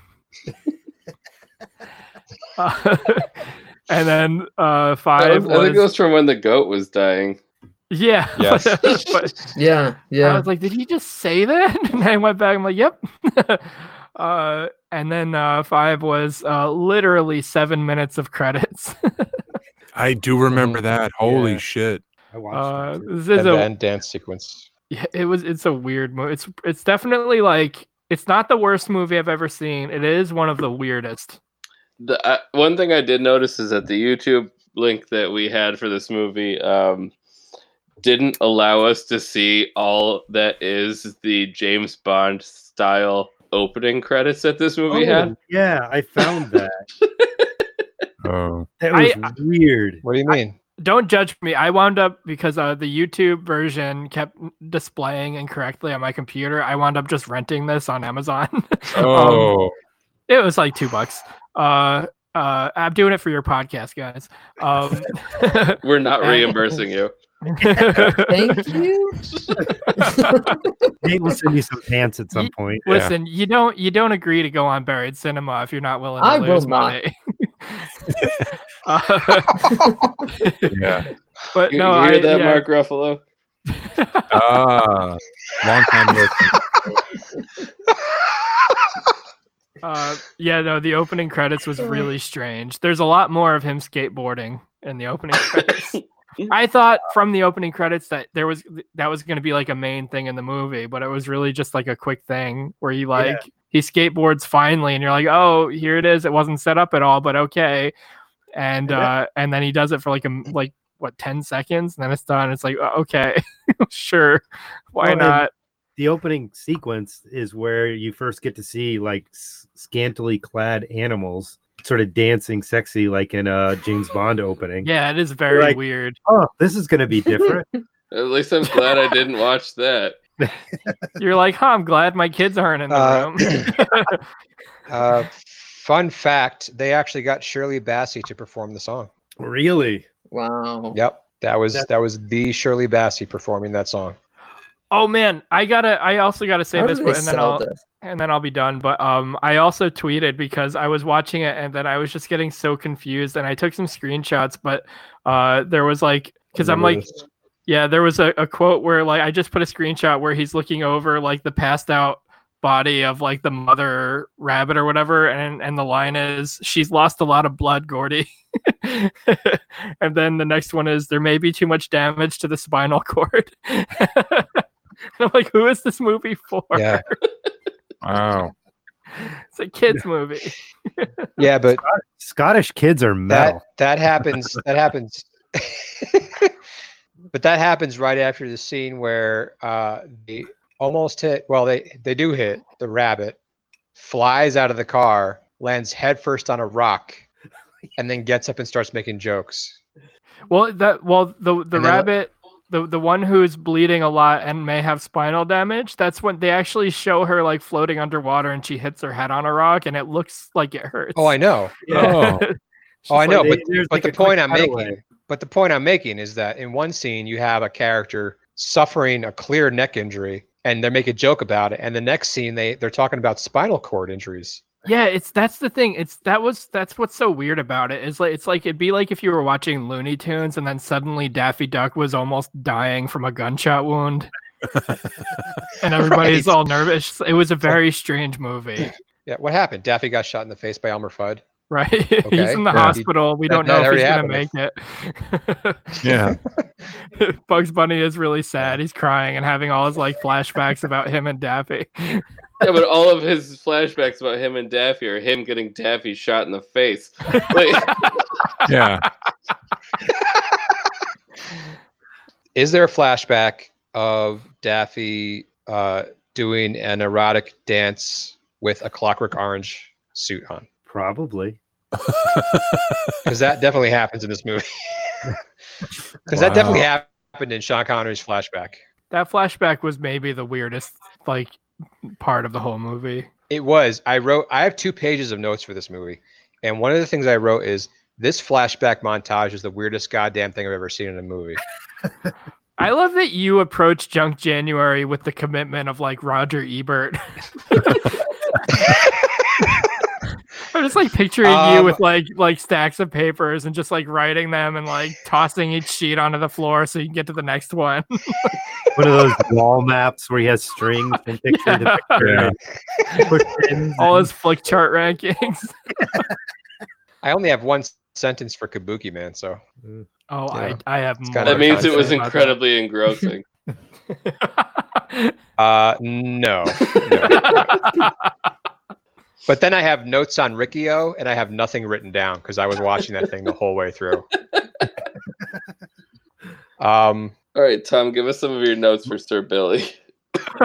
Uh, and then uh,
I,
five
I think it
was,
was from when the goat was dying.
yeah.
Yes.
But-
Yeah.
I
Yeah.
was like, did he just say that? And I went back. I'm like, yep. uh, and then uh, five was uh, literally seven minutes of credits.
I do remember
Mm,
that. Holy
yeah.
shit.
I
Uh,
watched it. too.
this
And
is a
then dance sequence.
yeah, it was it's a weird movie. It's it's definitely like it's not the worst movie I've ever seen. It is one of the weirdest.
The, uh, one thing I did notice is that the YouTube link that we had for this movie, um, didn't allow us to see all that is the James Bond style opening credits that this movie had.
Oh, yeah, I found that.
Oh,
That was
I-
weird.
What do you mean?
Don't judge me. I wound up because uh, the YouTube version kept displaying incorrectly on my computer. I wound up just renting this on Amazon.
oh,
it was like two bucks. Uh, uh, I'm doing it for your podcast, guys. Um,
We're not
Uh,
reimbursing you.
Thank you.
Nate will send you some pants at some
Ye-
point.
Listen, you don't you don't agree to go on buried cinema if you're not willing to
I will
lose
not.
money. Uh,
yeah.
but
You,
no,
you hear
I,
that,
yeah,
Mark Ruffalo?
Ah, long time listener.
Uh, yeah, no, the opening credits
Uh-huh.
was really strange. There's a lot more of him skateboarding in the opening credits. I thought from the opening credits that there was that was going to be like a main thing in the movie, but it was really just like a quick thing where he like he skateboards finally, and you're like, oh, here it is. It wasn't set up at all, but okay. And uh, and then he does it for like a m- like what ten seconds, and then it's done. It's like "Oh, okay, sure,
Well,
why
and-
not?
The opening sequence is where you first get to see like s- scantily clad animals sort of dancing sexy, like in a James Bond opening.
Yeah, it is very
like-
weird.
Oh, this is going to be different.
At least I'm glad I didn't watch that.
You're like, huh, I'm glad my kids aren't in the
Uh,
room.
Uh, fun fact: They actually got Shirley Bassey to perform the song.
really?
Wow.
Yep, that was
That-
that was the Shirley Bassey performing that song.
oh man, I gotta I also gotta say
How
this
do they
but- and then
sell
I'll
this?
and then I'll be done. But um I also tweeted because I was watching it and then I was just getting so confused and I took some screenshots, but uh there was like because I'm
Remember
like
this.
Yeah, there was a, a quote where like I just put a screenshot where he's looking over like the passed out body of like the mother rabbit or whatever, and and the line is she's lost a lot of blood, Gordy. and then the next one is there may be too much damage to the spinal cord. and I'm like, who is this movie for?
yeah,
Wow.
It's a kids movie.
yeah, but
Scottish kids are
that
metal.
that happens that happens but that happens right after the scene where uh they almost hit well they they do hit the rabbit flies out of the car lands headfirst on a rock and then gets up and starts making jokes
Well, that well the the
And then-
rabbit, the the one who's bleeding a lot and may have spinal damage. That's when they actually show her like floating underwater and she hits her head on a rock and it looks like it hurts.
oh i know
Oh.
oh i know
They-
but
there's
but
like
the
a quick
point i'm
cutaway.
making but the point i'm making is that in one scene you have a character suffering a clear neck injury and they make a joke about it and the next scene they they're talking about spinal cord injuries
Yeah, it's that's the thing. It's that was that's what's so weird about it. Is like it's like it'd be like if you were watching Looney Tunes and then suddenly Daffy Duck was almost dying from a gunshot wound. and everybody's
Right.
all nervous. It was a very strange movie,
Yeah, what happened? Daffy got shot in the face by Elmer Fudd.
right? he's
Okay,
in the
yeah.
hospital. We
That-
don't
that
know
already
if he's gonna
happened.
make it.
Yeah.
Bugs Bunny is really sad. He's crying and having all his like flashbacks about him and Daffy.
Yeah, but all of his flashbacks about him and Daffy are him getting Daffy shot in the face. Like,
Yeah.
Is there a flashback of Daffy uh, doing an erotic dance with a Clockwork Orange suit on?
Probably.
Because that definitely happens in this movie. Because that definitely happened in Sean Connery's flashback.
That flashback was maybe the weirdest like part of the whole movie.
It was. I wrote. I have two pages of notes for this movie, and one of the things I wrote is this flashback montage is the weirdest goddamn thing I've ever seen in a movie.
I love that you approach Junk January with the commitment of like Roger Ebert. I'm just like picturing you
Um,
with like like stacks of papers and just like writing them and like tossing each sheet onto the floor so you can get to the next one.
One of those wall maps where he has strings and picture to
Yeah.
picture. and puts pins
All
and-
his flick chart rankings.
I only have one s- sentence for Kabuki Man, so
Oh,
Yeah.
I, I have
It's
more.
kinda
that means it
concept
was
about
incredibly engrossing.
that.
uh, no. no. But then I have notes on Riccio, and I have nothing written down because I was watching that thing the whole way through. um,
All right, Tom, give us some of your notes for Sir Billy.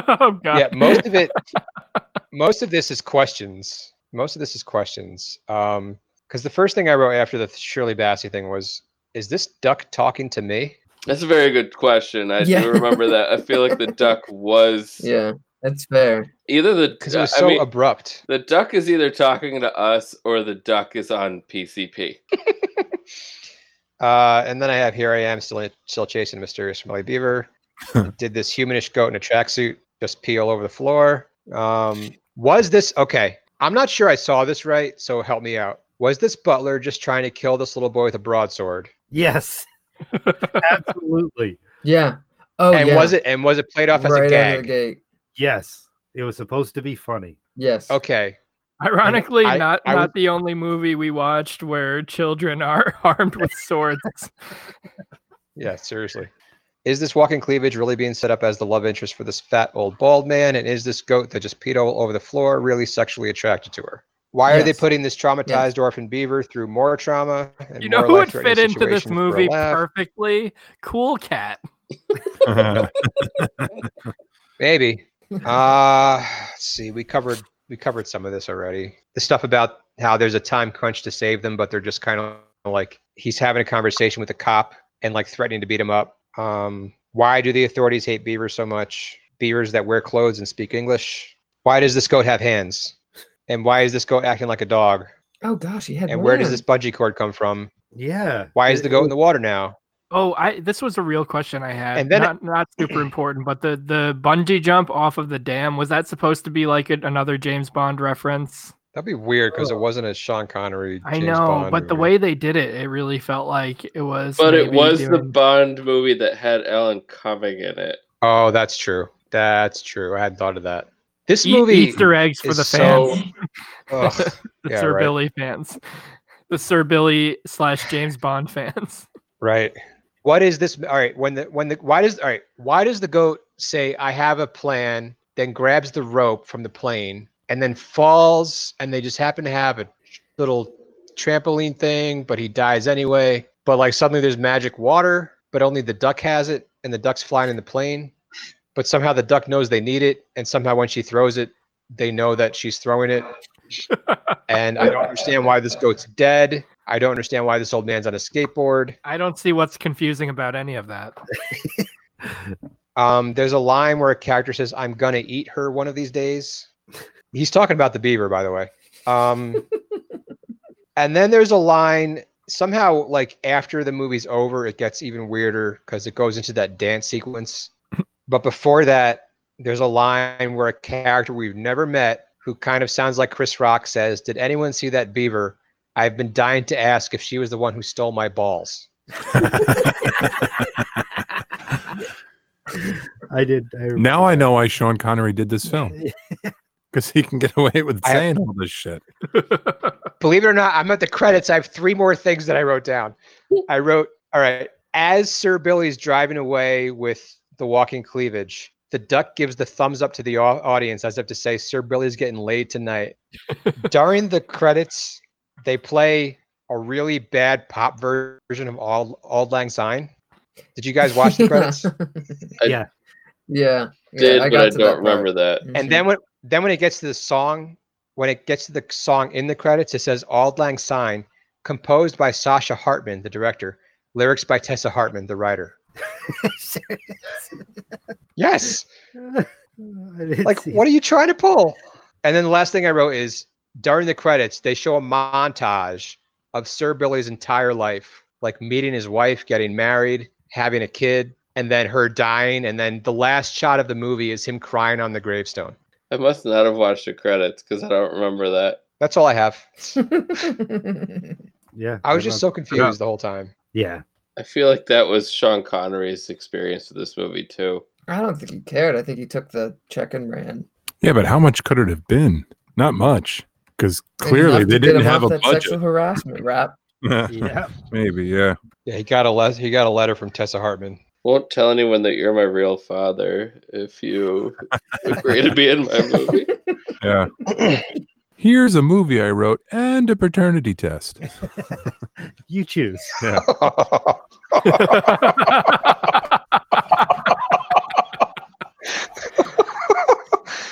oh god.
yeah most of it most of this is questions most of this is questions um because the first thing i wrote after the shirley bassey thing was is this duck talking to me
That's a very good question. I
Yeah.
do remember that. I feel like the duck was
Yeah, that's fair.
either the
because it was
I
so
mean,
abrupt
the duck is either talking to us or the duck is on PCP.
uh and then i have here i am still still chasing mysterious smelly beaver did this humanish goat in a tracksuit just pee all over the floor um was this okay i'm not sure i saw this right so help me out was this butler just trying to kill this little boy with a broadsword
Yes, absolutely.
Yeah. Oh,
and
yeah.
was it and was it played off as
right
a
out of
gag
the gate?
Yes, it was supposed to be funny.
Yes.
okay
Ironically,
I-
not
I
not
was-
the only movie we watched where children are armed with swords.
Yeah, seriously. Is this walking cleavage really being set up as the love interest for this fat old bald man? And is this goat that just peed all over the floor really sexually attracted to her? Why are they
Yes.
putting this traumatized orphan beaver through more trauma? And
you know
more
who would
life-threatening
fit into this
situations for a
movie
laugh?
perfectly? Cool Cat.
Maybe. Uh let's see, we covered we covered some of this already. The stuff about how there's a time crunch to save them, but they're just kind of like he's having a conversation with a cop and like threatening to beat him up. Um, why do the authorities hate beavers so much? Beavers that wear clothes and speak English. Why does this goat have hands? And why is this goat acting like a dog?
Oh gosh, he had.
And where does
one.
this bungee cord come from?
Yeah.
Why is the goat in the water now?
Oh, I this was a real question I had.
And then it-
not, not super important, but the the bungee jump off of the dam was that supposed to be like an another James Bond reference?
That'd be weird because it wasn't a Sean Connery.
Oh. I
James
know,
Bond
but the
movie.
way they did it, it really felt like it was.
But it
maybe
was the
doing-
Bond movie that had Alan Cumming in it.
Oh, that's true. That's true. I hadn't thought of that. This
E-
movie
Easter eggs for
is
the fans,
so- Ugh,
the
yeah,
Sir
right.
Billy fans, the Sir Billy slash James Bond fans.
right. What is this? All right. When the when the why does all right? Why does the goat say I have a plan? Then grabs the rope from the plane and then falls, and they just happen to have a little trampoline thing, but he dies anyway. But like suddenly there's magic water, but only the duck has it, and the duck's flying in the plane. But somehow the duck knows they need it, and somehow when she throws it, they know that she's throwing it. and I don't understand why this goat's dead. I don't understand why this old man's on a skateboard.
I don't see what's confusing about any of that.
Um, there's a line where a character says, "I'm gonna eat her one of these days." He's talking about the beaver, by the way. Um, and then there's a line somehow, like after the movie's over, it gets even weirder because it goes into that dance sequence. But before that, there's a line where a character we've never met, who kind of sounds like Chris Rock, says, "Did anyone see that beaver? I've been dying to ask if she was the one who stole my balls."
I did. I remember
now I
that.
know why Sean Connery did this film because he can get away with
I-
saying all this shit.
believe it or not, I'm at the credits. I have three more things that I wrote down. I wrote, all right, as Sir Billy's driving away with the walking cleavage, the duck gives the thumbs up to the au- audience as if to say, Sir Billy's getting laid tonight. During the credits, they play a really bad pop version of Auld, Auld Lang Syne. Did you guys watch the credits?
yeah. yeah,
Did but I
to
don't
that part.
remember that.
And
Mhm.
then when then when it gets to the song, when it gets to the song in the credits, it says "Auld Lang Syne," composed by Sasha Hartman, the director, lyrics by Tessa Hartman, the writer. Yes,
I didn't
like
see
what
it.
are you trying to pull? And then the last thing I wrote is during the credits, they show a montage of Sir Billy's entire life, like meeting his wife, getting married, having a kid, and then her dying, and then the last shot of the movie is him crying on the gravestone.
I must not have watched the credits because I don't remember that.
That's all I have.
Mm-hmm.
Yeah,
I was just
remember.
so confused the whole time.
yeah.
I feel like that was Sean Connery's experience with this movie too.
I don't think he cared. I think he took the check and ran.
Yeah, but how much could it have been? Not much, because clearly
Enough to
they
get
didn't
him
have
off
a
that Sexual
budget.
harassment rap.
Yeah.
Maybe, yeah.
Yeah, he got a le- he got a letter from Tessa Hartman.
Won't tell anyone that you're my real father if you agree to be in my movie.
Yeah. Here's a movie I wrote and a paternity test.
You choose.
oh,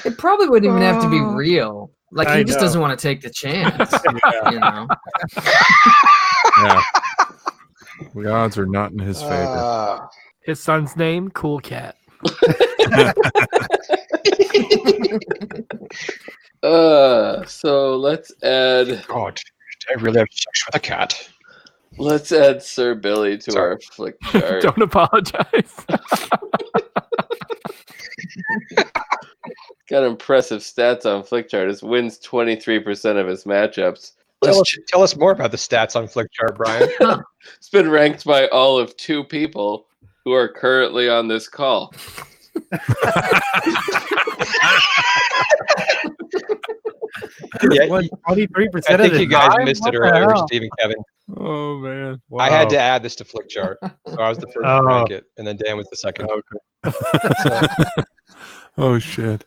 It probably wouldn't even have to be
Oh.
real. Like he
I
just
know.
doesn't want to take the chance. You know.
Yeah. The odds are not in his favor.
Uh,
His son's name, Cool Cat.
Uh, so let's add
God, did Oh, I really have sex with a cat?
let's add Sir Billy to
Sorry.
our flick chart.
Don't apologize.
Got impressive stats on flick chart. His wins twenty three percent of his matchups.
Tell
Let's
us, tell us more about the stats on Flickchart, Brian.
It's been ranked by all of two people who are currently on this call.
Yeah,
Twenty-three percent.
I think you guys missed it earlier, Steve and Kevin.
Oh man.
I had to add this to Flickchart, so I was the first
Oh.
to rank it, and then Dan was the second.
oh shit.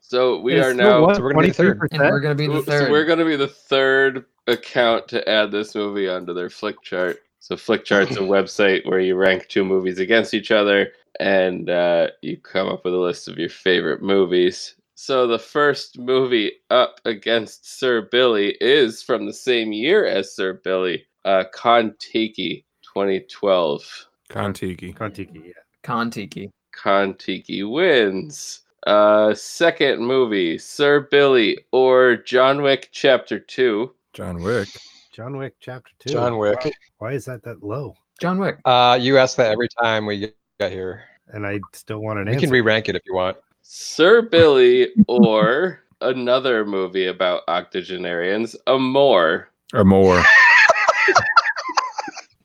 So we are now
so we're gonna be third.
And we're gonna be the
so we're
third.
gonna be the third account to add this movie onto their flick chart. So flick chart's a website where you rank two movies against each other and uh, you come up with a list of your favorite movies. So the first movie up against Sir Billy is from the same year as Sir Billy, uh Kontiki 2012.
Contiki.
Contiki. Yeah.
Kontiki.
Kontiki wins. Uh, second movie, Sir Billy or John Wick Chapter 2.
John Wick.
John Wick Chapter Two.
John Wick.
Wow, Why is that that low?
John Wick.
Uh, you ask that every time we get here.
And I still want an
We can
answer.
re-rank it if you want.
Sir Billy or another movie about octogenarians, Amore.
Or more.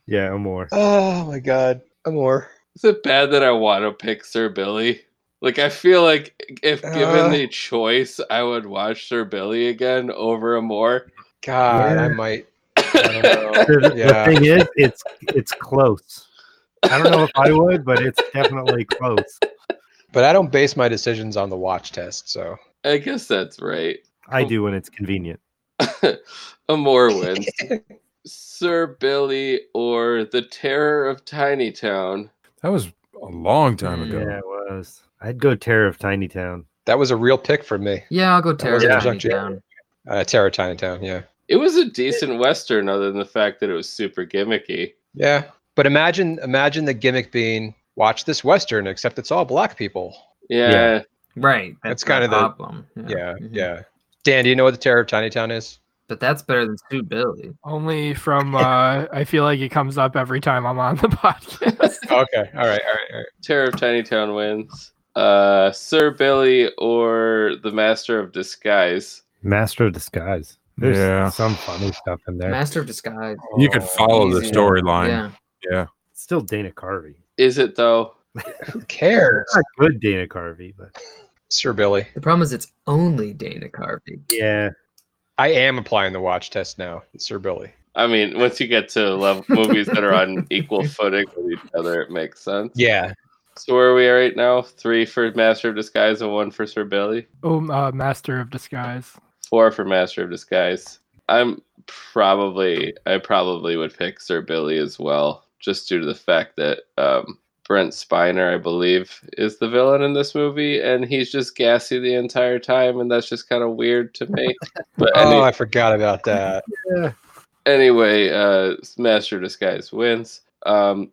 yeah, or more.
Oh my god, more.
Is it bad that I want to pick Sir Billy? Like, I feel like if given
Uh.
the choice, I would watch Sir Billy again over Amore.
God,
Yeah.
I might. I don't know.
The, the
Yeah.
thing is, it's it's close. I don't know if I would, but it's definitely close.
But I don't base my decisions on the watch test, so
I guess that's right.
Oh.
I do when it's convenient.
Amore wins. Sir Billy or The Terror of Tiny Town.
That was a long time
Mm.
ago.
Yeah, it was. I'd go Terror of Tiny Town.
that was a real pick for me.
Yeah, I'll go Terror
wasn't
Tiny
objective.
Town.
Uh, Terror Tiny Town, yeah,
It was a decent western, other than the fact that it was super gimmicky.
yeah. But imagine, imagine the gimmick being watch this western, except it's all black people.
Yeah,
Yeah.
Right.
That's kinda the-
problem.
Yeah, mm-hmm.
mhm.
yeah. Dan, do you know what the Terror of Tiny Town is?
But that's better than Sue Billy.
Only from uh I feel like it comes up every time I'm on the podcast.
Okay, all right, all right, all right.
Terror of Tiny Town wins. Uh, Sir Billy or the Master of Disguise.
Master of Disguise. There's
Yeah.
some funny stuff in there.
Master of Disguise.
You
Oh.
could follow the
easy.
storyline.
Yeah.
It's still Dana Carvey.
Is it though?
Who cares,
Not good Dana Carvey, but
Sir Billy?
The problem is it's only Dana Carvey.
yeah,
I am applying the watch test now, Sir Billy.
I mean, once you get to level movies that are on equal footing with each other, it makes sense.
Yeah,
So where are we at right now? Three for Master of Disguise and one for Sir Billy.
oh, uh, Master of Disguise.
Four for Master of Disguise. I'm probably I probably would pick Sir Billy as well, just due to the fact that um, Brent Spiner, I believe, is the villain in this movie, and he's just gassy the entire time, and that's just kind of weird to me. But any-
Oh, I forgot about that.
anyway, uh, Master of Disguise wins. Um,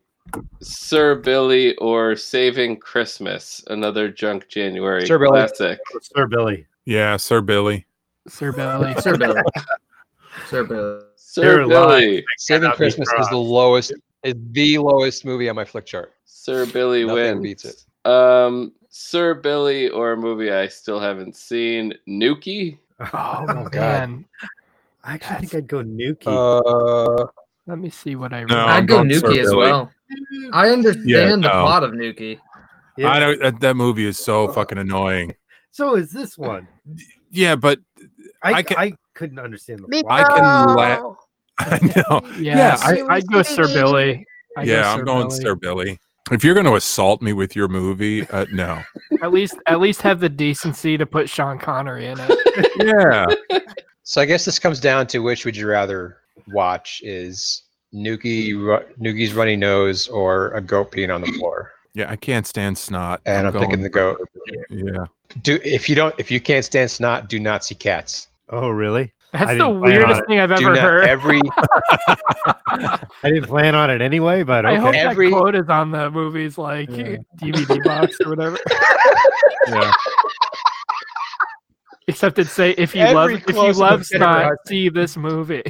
Sir Billy or Saving Christmas, another junk January
Sir Billy.
classic.
Sir Billy.
Yeah, Sir Billy.
Sir Billy.
Oh,
Sir Billy. Sir Billy.
Sir
They're alive.
Billy.
Saving
Cannot be
Christmas is
crossed.
the lowest, is the lowest movie on my flick chart.
Sir Billy
Nothing
wins.
beats it.
Um, Sir Billy or a movie I still haven't seen, Nuki.
Oh,
God.
man.
I actually think I'd go Nuki.
Uh,
Let me see what I
No,
wrote.
I'd go
I'm Sir
Nuki as
Billy.
well. I understand
Yeah,
the
no.
plot of Nuki.
Yeah.
I don't that, that movie is so fucking annoying.
so is this one?
Yeah, but
I
I
I,
can-
couldn't understand the
Me
plot.
I can la-
too.
I know.
Yeah,
Yeah,
I, I'd go Sir Billy. I'd go
yeah, I'm
Sir
going
Billy.
Sir Billy. If you're going to assault me with your movie, uh, no.
At least, at least have the decency to put Sean Connery in it.
yeah.
so I guess this comes down to which would you rather watch is Nuki Ru- Nuki's runny nose or a goat peeing on the floor?
Yeah, I can't stand snot.
And I'm thinking the goat.
Yeah.
Do if you don't if you can't stand snot, do not see cats.
Oh, really?
That's
I
the
didn't plan on
weirdest
it.
thing I've
do
ever
not
heard.
every
I didn't plan on it anyway, but
I
okay.
hope
Every-
that quote is on the movie's like
Yeah.
DVD box or whatever.
Yeah.
Except it say if you
Every
love if you
close
love
look at her
snot,
eyes.
see this movie.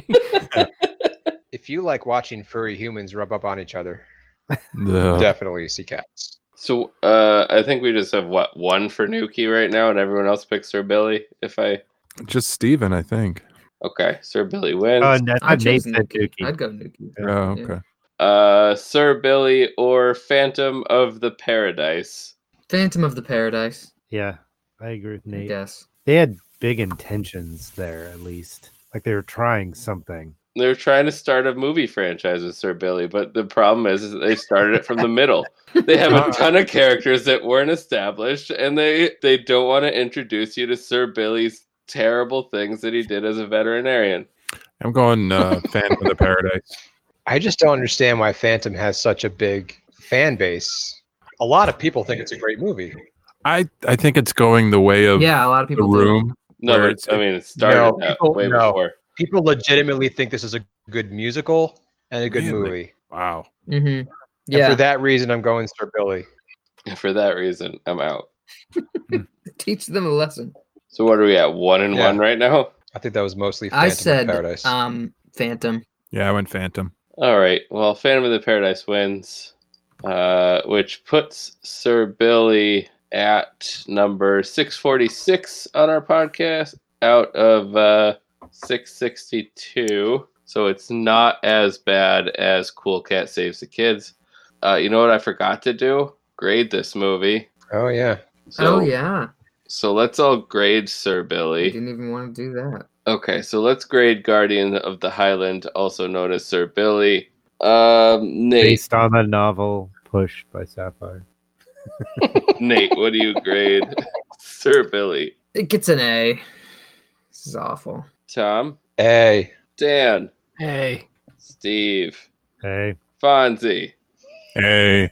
if you like watching furry humans rub up on each other, Uh-huh.
The,
definitely see cats.
So uh, I think we just have what one for Nuki right now, and everyone else picks Sir Billy. If I
just Steven, I think.
okay, Sir Billy wins.
Uh, that's
I
not
chose
Nathan
Nuki.
Dookie.
I'd go Nuki.
Yeah.
Oh,
Yeah.
okay.
Uh, Sir Billy or Phantom of the Paradise.
Phantom of the Paradise.
Yeah, I agree with Nate.
Yes.
They had big intentions there, at least. Like they were trying something.
They're trying to start a movie franchise with Sir Billy, but the problem is, is they started it from the middle. They have a ton of characters that weren't established, and they they don't want to introduce you to Sir Billy's terrible things that he did as a veterinarian.
I'm going uh, Phantom of the Paradise.
I just don't understand why Phantom has such a big fan base. A lot of people think it's a great movie.
I, I think it's going the way of
Yeah, a lot of
the
people. do.
room.
No,
Where
but
it's-
I mean, it started
No,
that
people-
way
no.
before.
People legitimately think this is a good musical and a good
Really?
movie.
Wow.
Mhm.
And
Yeah,
for that reason, I'm going Sir Billy.
And for that reason, I'm out.
teach them a lesson.
So what are we at? One and
Yeah.
one right now.
I think that was mostly Phantom
I
of
said
Paradise.
um Phantom.
Yeah, I went Phantom.
All right. Well, Phantom of the Paradise wins, uh, which puts Sir Billy at number six forty six on our podcast out of uh, six sixty two. So it's not as bad as Cool Cat Saves the Kids. Uh, you know what I forgot to do? Grade this movie.
oh yeah.
So,
oh yeah,
So let's all grade Sir
I
Billy.
didn't even want to do that.
Okay, so let's grade Guardian of the Highland, also known as Sir Billy. Um, Nate,
Based on the novel Push by Sapphire.
Nate, what do you grade Sir Billy?
It gets an A. This is awful.
Tom,
Hey.
Dan,
hey.
Steve,
Hey.
Fonzie.
Hey.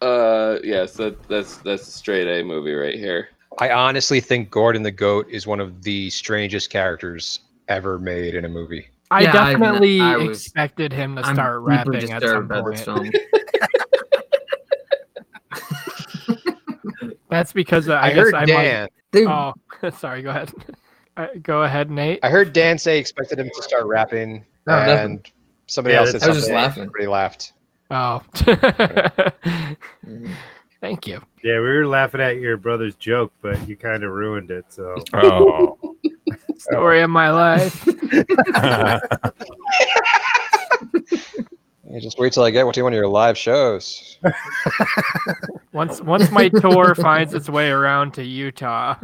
Uh, yes, that, that's that's a straight A movie right here.
I honestly think Gordon the Goat is one of the strangest characters ever made in a movie.
I
Yeah, I've n-
definitely
I was-
expected him to
I'm
start
deeply
rapping at
disturbed
some
by this
point.
film.
That's because uh, I,
I,
guess
heard
I'm
Dan.
Dude,
like, oh, sorry. Go ahead. Uh, go ahead, Nate.
I heard Dan say he expected him to start rapping,
No,
and
nothing.
somebody
Yeah,
else said
that's- I
something.
Oh, was just laughing.
Everybody laughed.
Oh,
mm,
thank you.
Yeah, we were laughing at your brother's joke, but you kind of ruined it. So
Oh.
Story of my life.
You just wait till I get to one of your live shows.
Once once my tour finds its way around to Utah.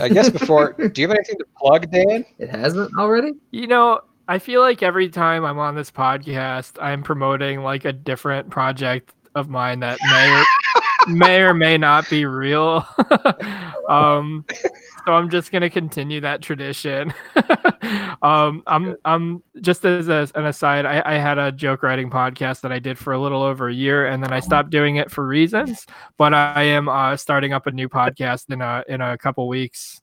I guess before. do you have anything to plug, Dan?
it hasn't already.
You know, I feel like every time I'm on this podcast, I'm promoting like a different project of mine that may or, may or may not be real. um, so I'm just gonna continue that tradition. um, I'm I'm just as a, an aside, I, I had a joke writing podcast that I did for a little over a year, and then I stopped doing it for reasons. But I am uh, starting up a new podcast in a in a couple weeks.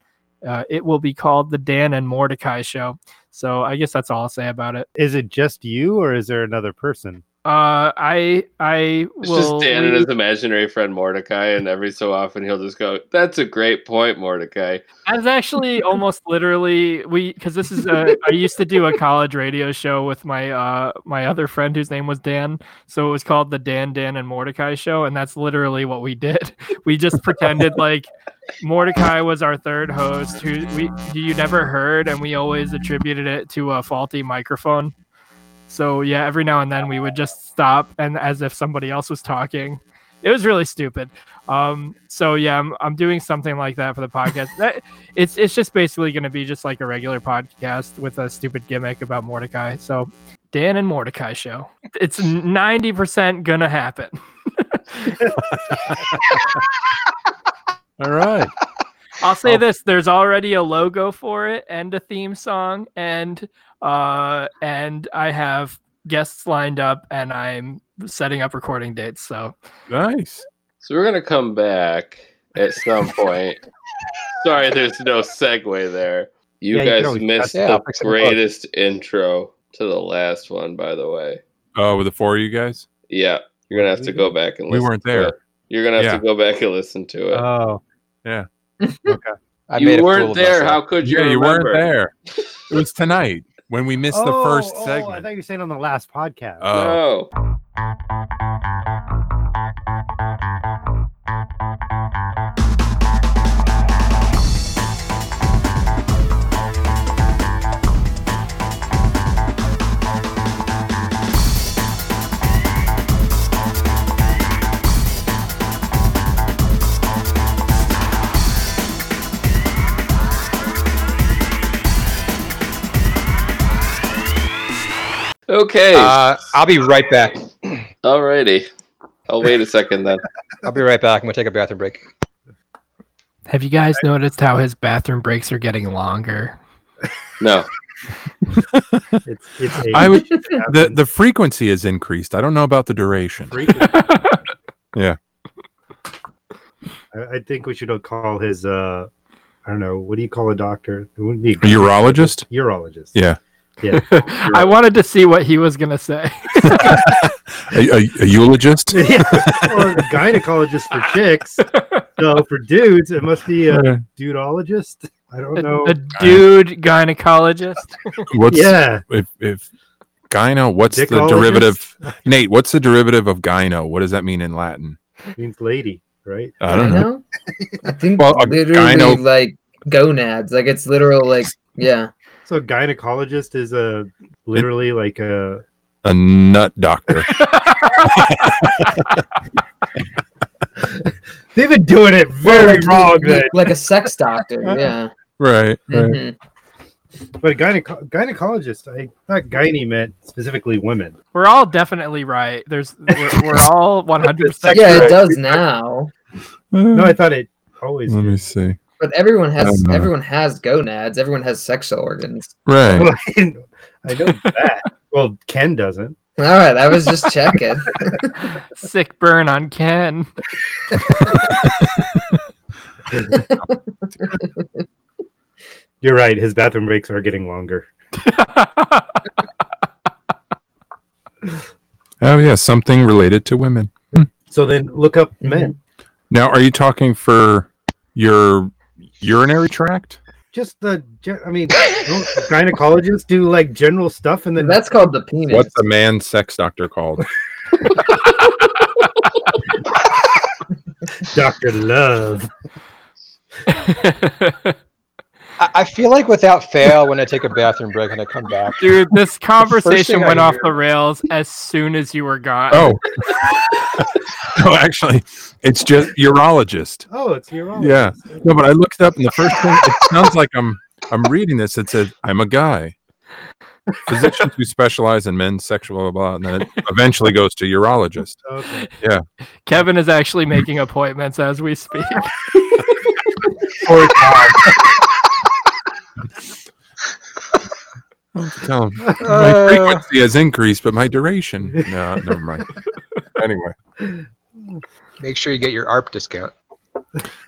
Uh, it will be called the Dan and Mordecai Show. So I guess that's all I'll say about it.
is it just you or is there another person?
Uh, I I
It's
will.
just Dan and
leave-
his imaginary friend Mordecai, and every so often he'll just go, "That's a great point, Mordecai."
That's actually almost literally we because this is a, I used to do a college radio show with my uh my other friend whose name was Dan, so it was called the Dan Dan and Mordecai Show, and that's literally what we did. We just pretended like Mordecai was our third host, who we who you never heard, and we always attributed it to a faulty microphone. So yeah, every now and then we would just stop and as if somebody else was talking. It was really stupid. Um, so yeah, I'm, I'm doing something like that for the podcast. That, it's it's just basically going to be just like a regular podcast with a stupid gimmick about Mordecai. So Dan and Mordecai show. It's 90% going to happen.
All right.
I'll say
Oh.
this: there's already a logo for it and a theme song, and uh, and I have guests lined up and I'm setting up recording dates. So
Nice.
So we're gonna come back at some point. Sorry, there's no segue there. You
Yeah, you can
guys
always
missed
cut it
the
out, fix it up.
greatest intro to the last one, by the way.
Oh, with the four of you guys?
Yeah, you're gonna have to go back and
We
listen.
weren't
to
there.
it. You're gonna have
Yeah.
to go back and listen
Uh,
to it.
Oh,
I made
Uh, you
a
weren't
fool of
there. How
myself.
could you?
yeah, you weren't
remember?
there. It was tonight when we missed the first
oh, I
segment.
thought you were saying on the last podcast.
Oh.
No. Okay.
Uh, I'll be right back.
Alrighty. I'll wait a second then.
I'll be right back. I'm gonna take a bathroom break.
have you guys noticed how his bathroom breaks are getting longer?
No.
It's, it's a-
I would the, the frequency has increased. I don't know about the duration.
I I think we should call his. uh I don't know. What do you call a doctor? It wouldn't be a
A urologist?
urologist.
Yeah.
I wanted to see what he was gonna say.
A, a, a eulogist?
Yeah. or a gynecologist for chicks. So for dudes, it must be a
Uh,
dudeologist. I don't
A,
know.
a dude gynecologist.
What's
yeah,
if, if gyno? What's the
Dickologist?
derivative? Nate, what's the derivative of gyno? What does that mean in Latin?
means lady, right?
I don't know.
I think
Well, a
literally
gyno-
like gonads. Like it's literal like yeah.
So a gynecologist is a literally like a
A nut doctor.
they've been doing it very wrong then.
Like a sex doctor. Yeah.
right. Right.
Mhm.
But a gyneco- gynecologist, I thought gyne meant specifically women.
We're all definitely right. There's we're, we're all 100. percent
Yeah, it does now.
No, I thought it always
Let me see.
But everyone has
don't know.
everyone has gonads. Everyone has sex organs.
Right.
Well, I, didn't- I know that. well, Ken doesn't.
All right, I was just checking.
Sick burn on Ken.
You're right. His bathroom breaks are getting longer.
Oh yeah, something related to women.
So then look up men.
Now, are you talking for your urinary tract?
Just the, gen- I mean, don't gynecologists do like general stuff and then
That's called the penis.
What's a man sex doctor called?
Dr. Love.
I, I feel like without fail, when I take a bathroom break and I come back,
Dude, this conversation
I
went off
hear-
the rails as soon as you were gone.
Oh. no, actually, it's just urologist.
Oh, it's urologist.
Yeah. No, but I looked up and the first thing it sounds like I'm I'm reading this. It says I'm a guy. Physicians who specialize in men's sexual blah, blah blah, and then it eventually goes to urologist.
Okay.
Kevin is actually making appointments as we speak.
Or God.
I have to tell 'em,
Uh.
my frequency has increased, but my duration. No, never mind. Anyway,
make sure you get your ARP discount.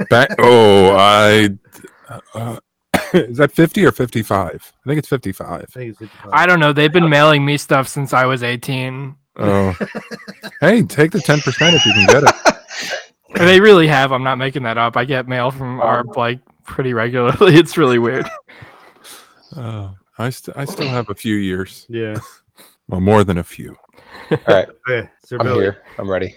back. Oh, I uh, is that fifty or fifty-five? I think it's fifty-five.
I think it's a-
I don't know. They've been mailing me stuff since I was 18.
Oh, hey, take the ten percent if you can get it.
They really have. I'm not making that up. I get mail from ARP like pretty regularly. It's really weird.
Oh, I st- I still have a few years.
yeah.
Well, more than a few.
All right,
Okay. Sir
I'm
Billy.
here. I'm ready.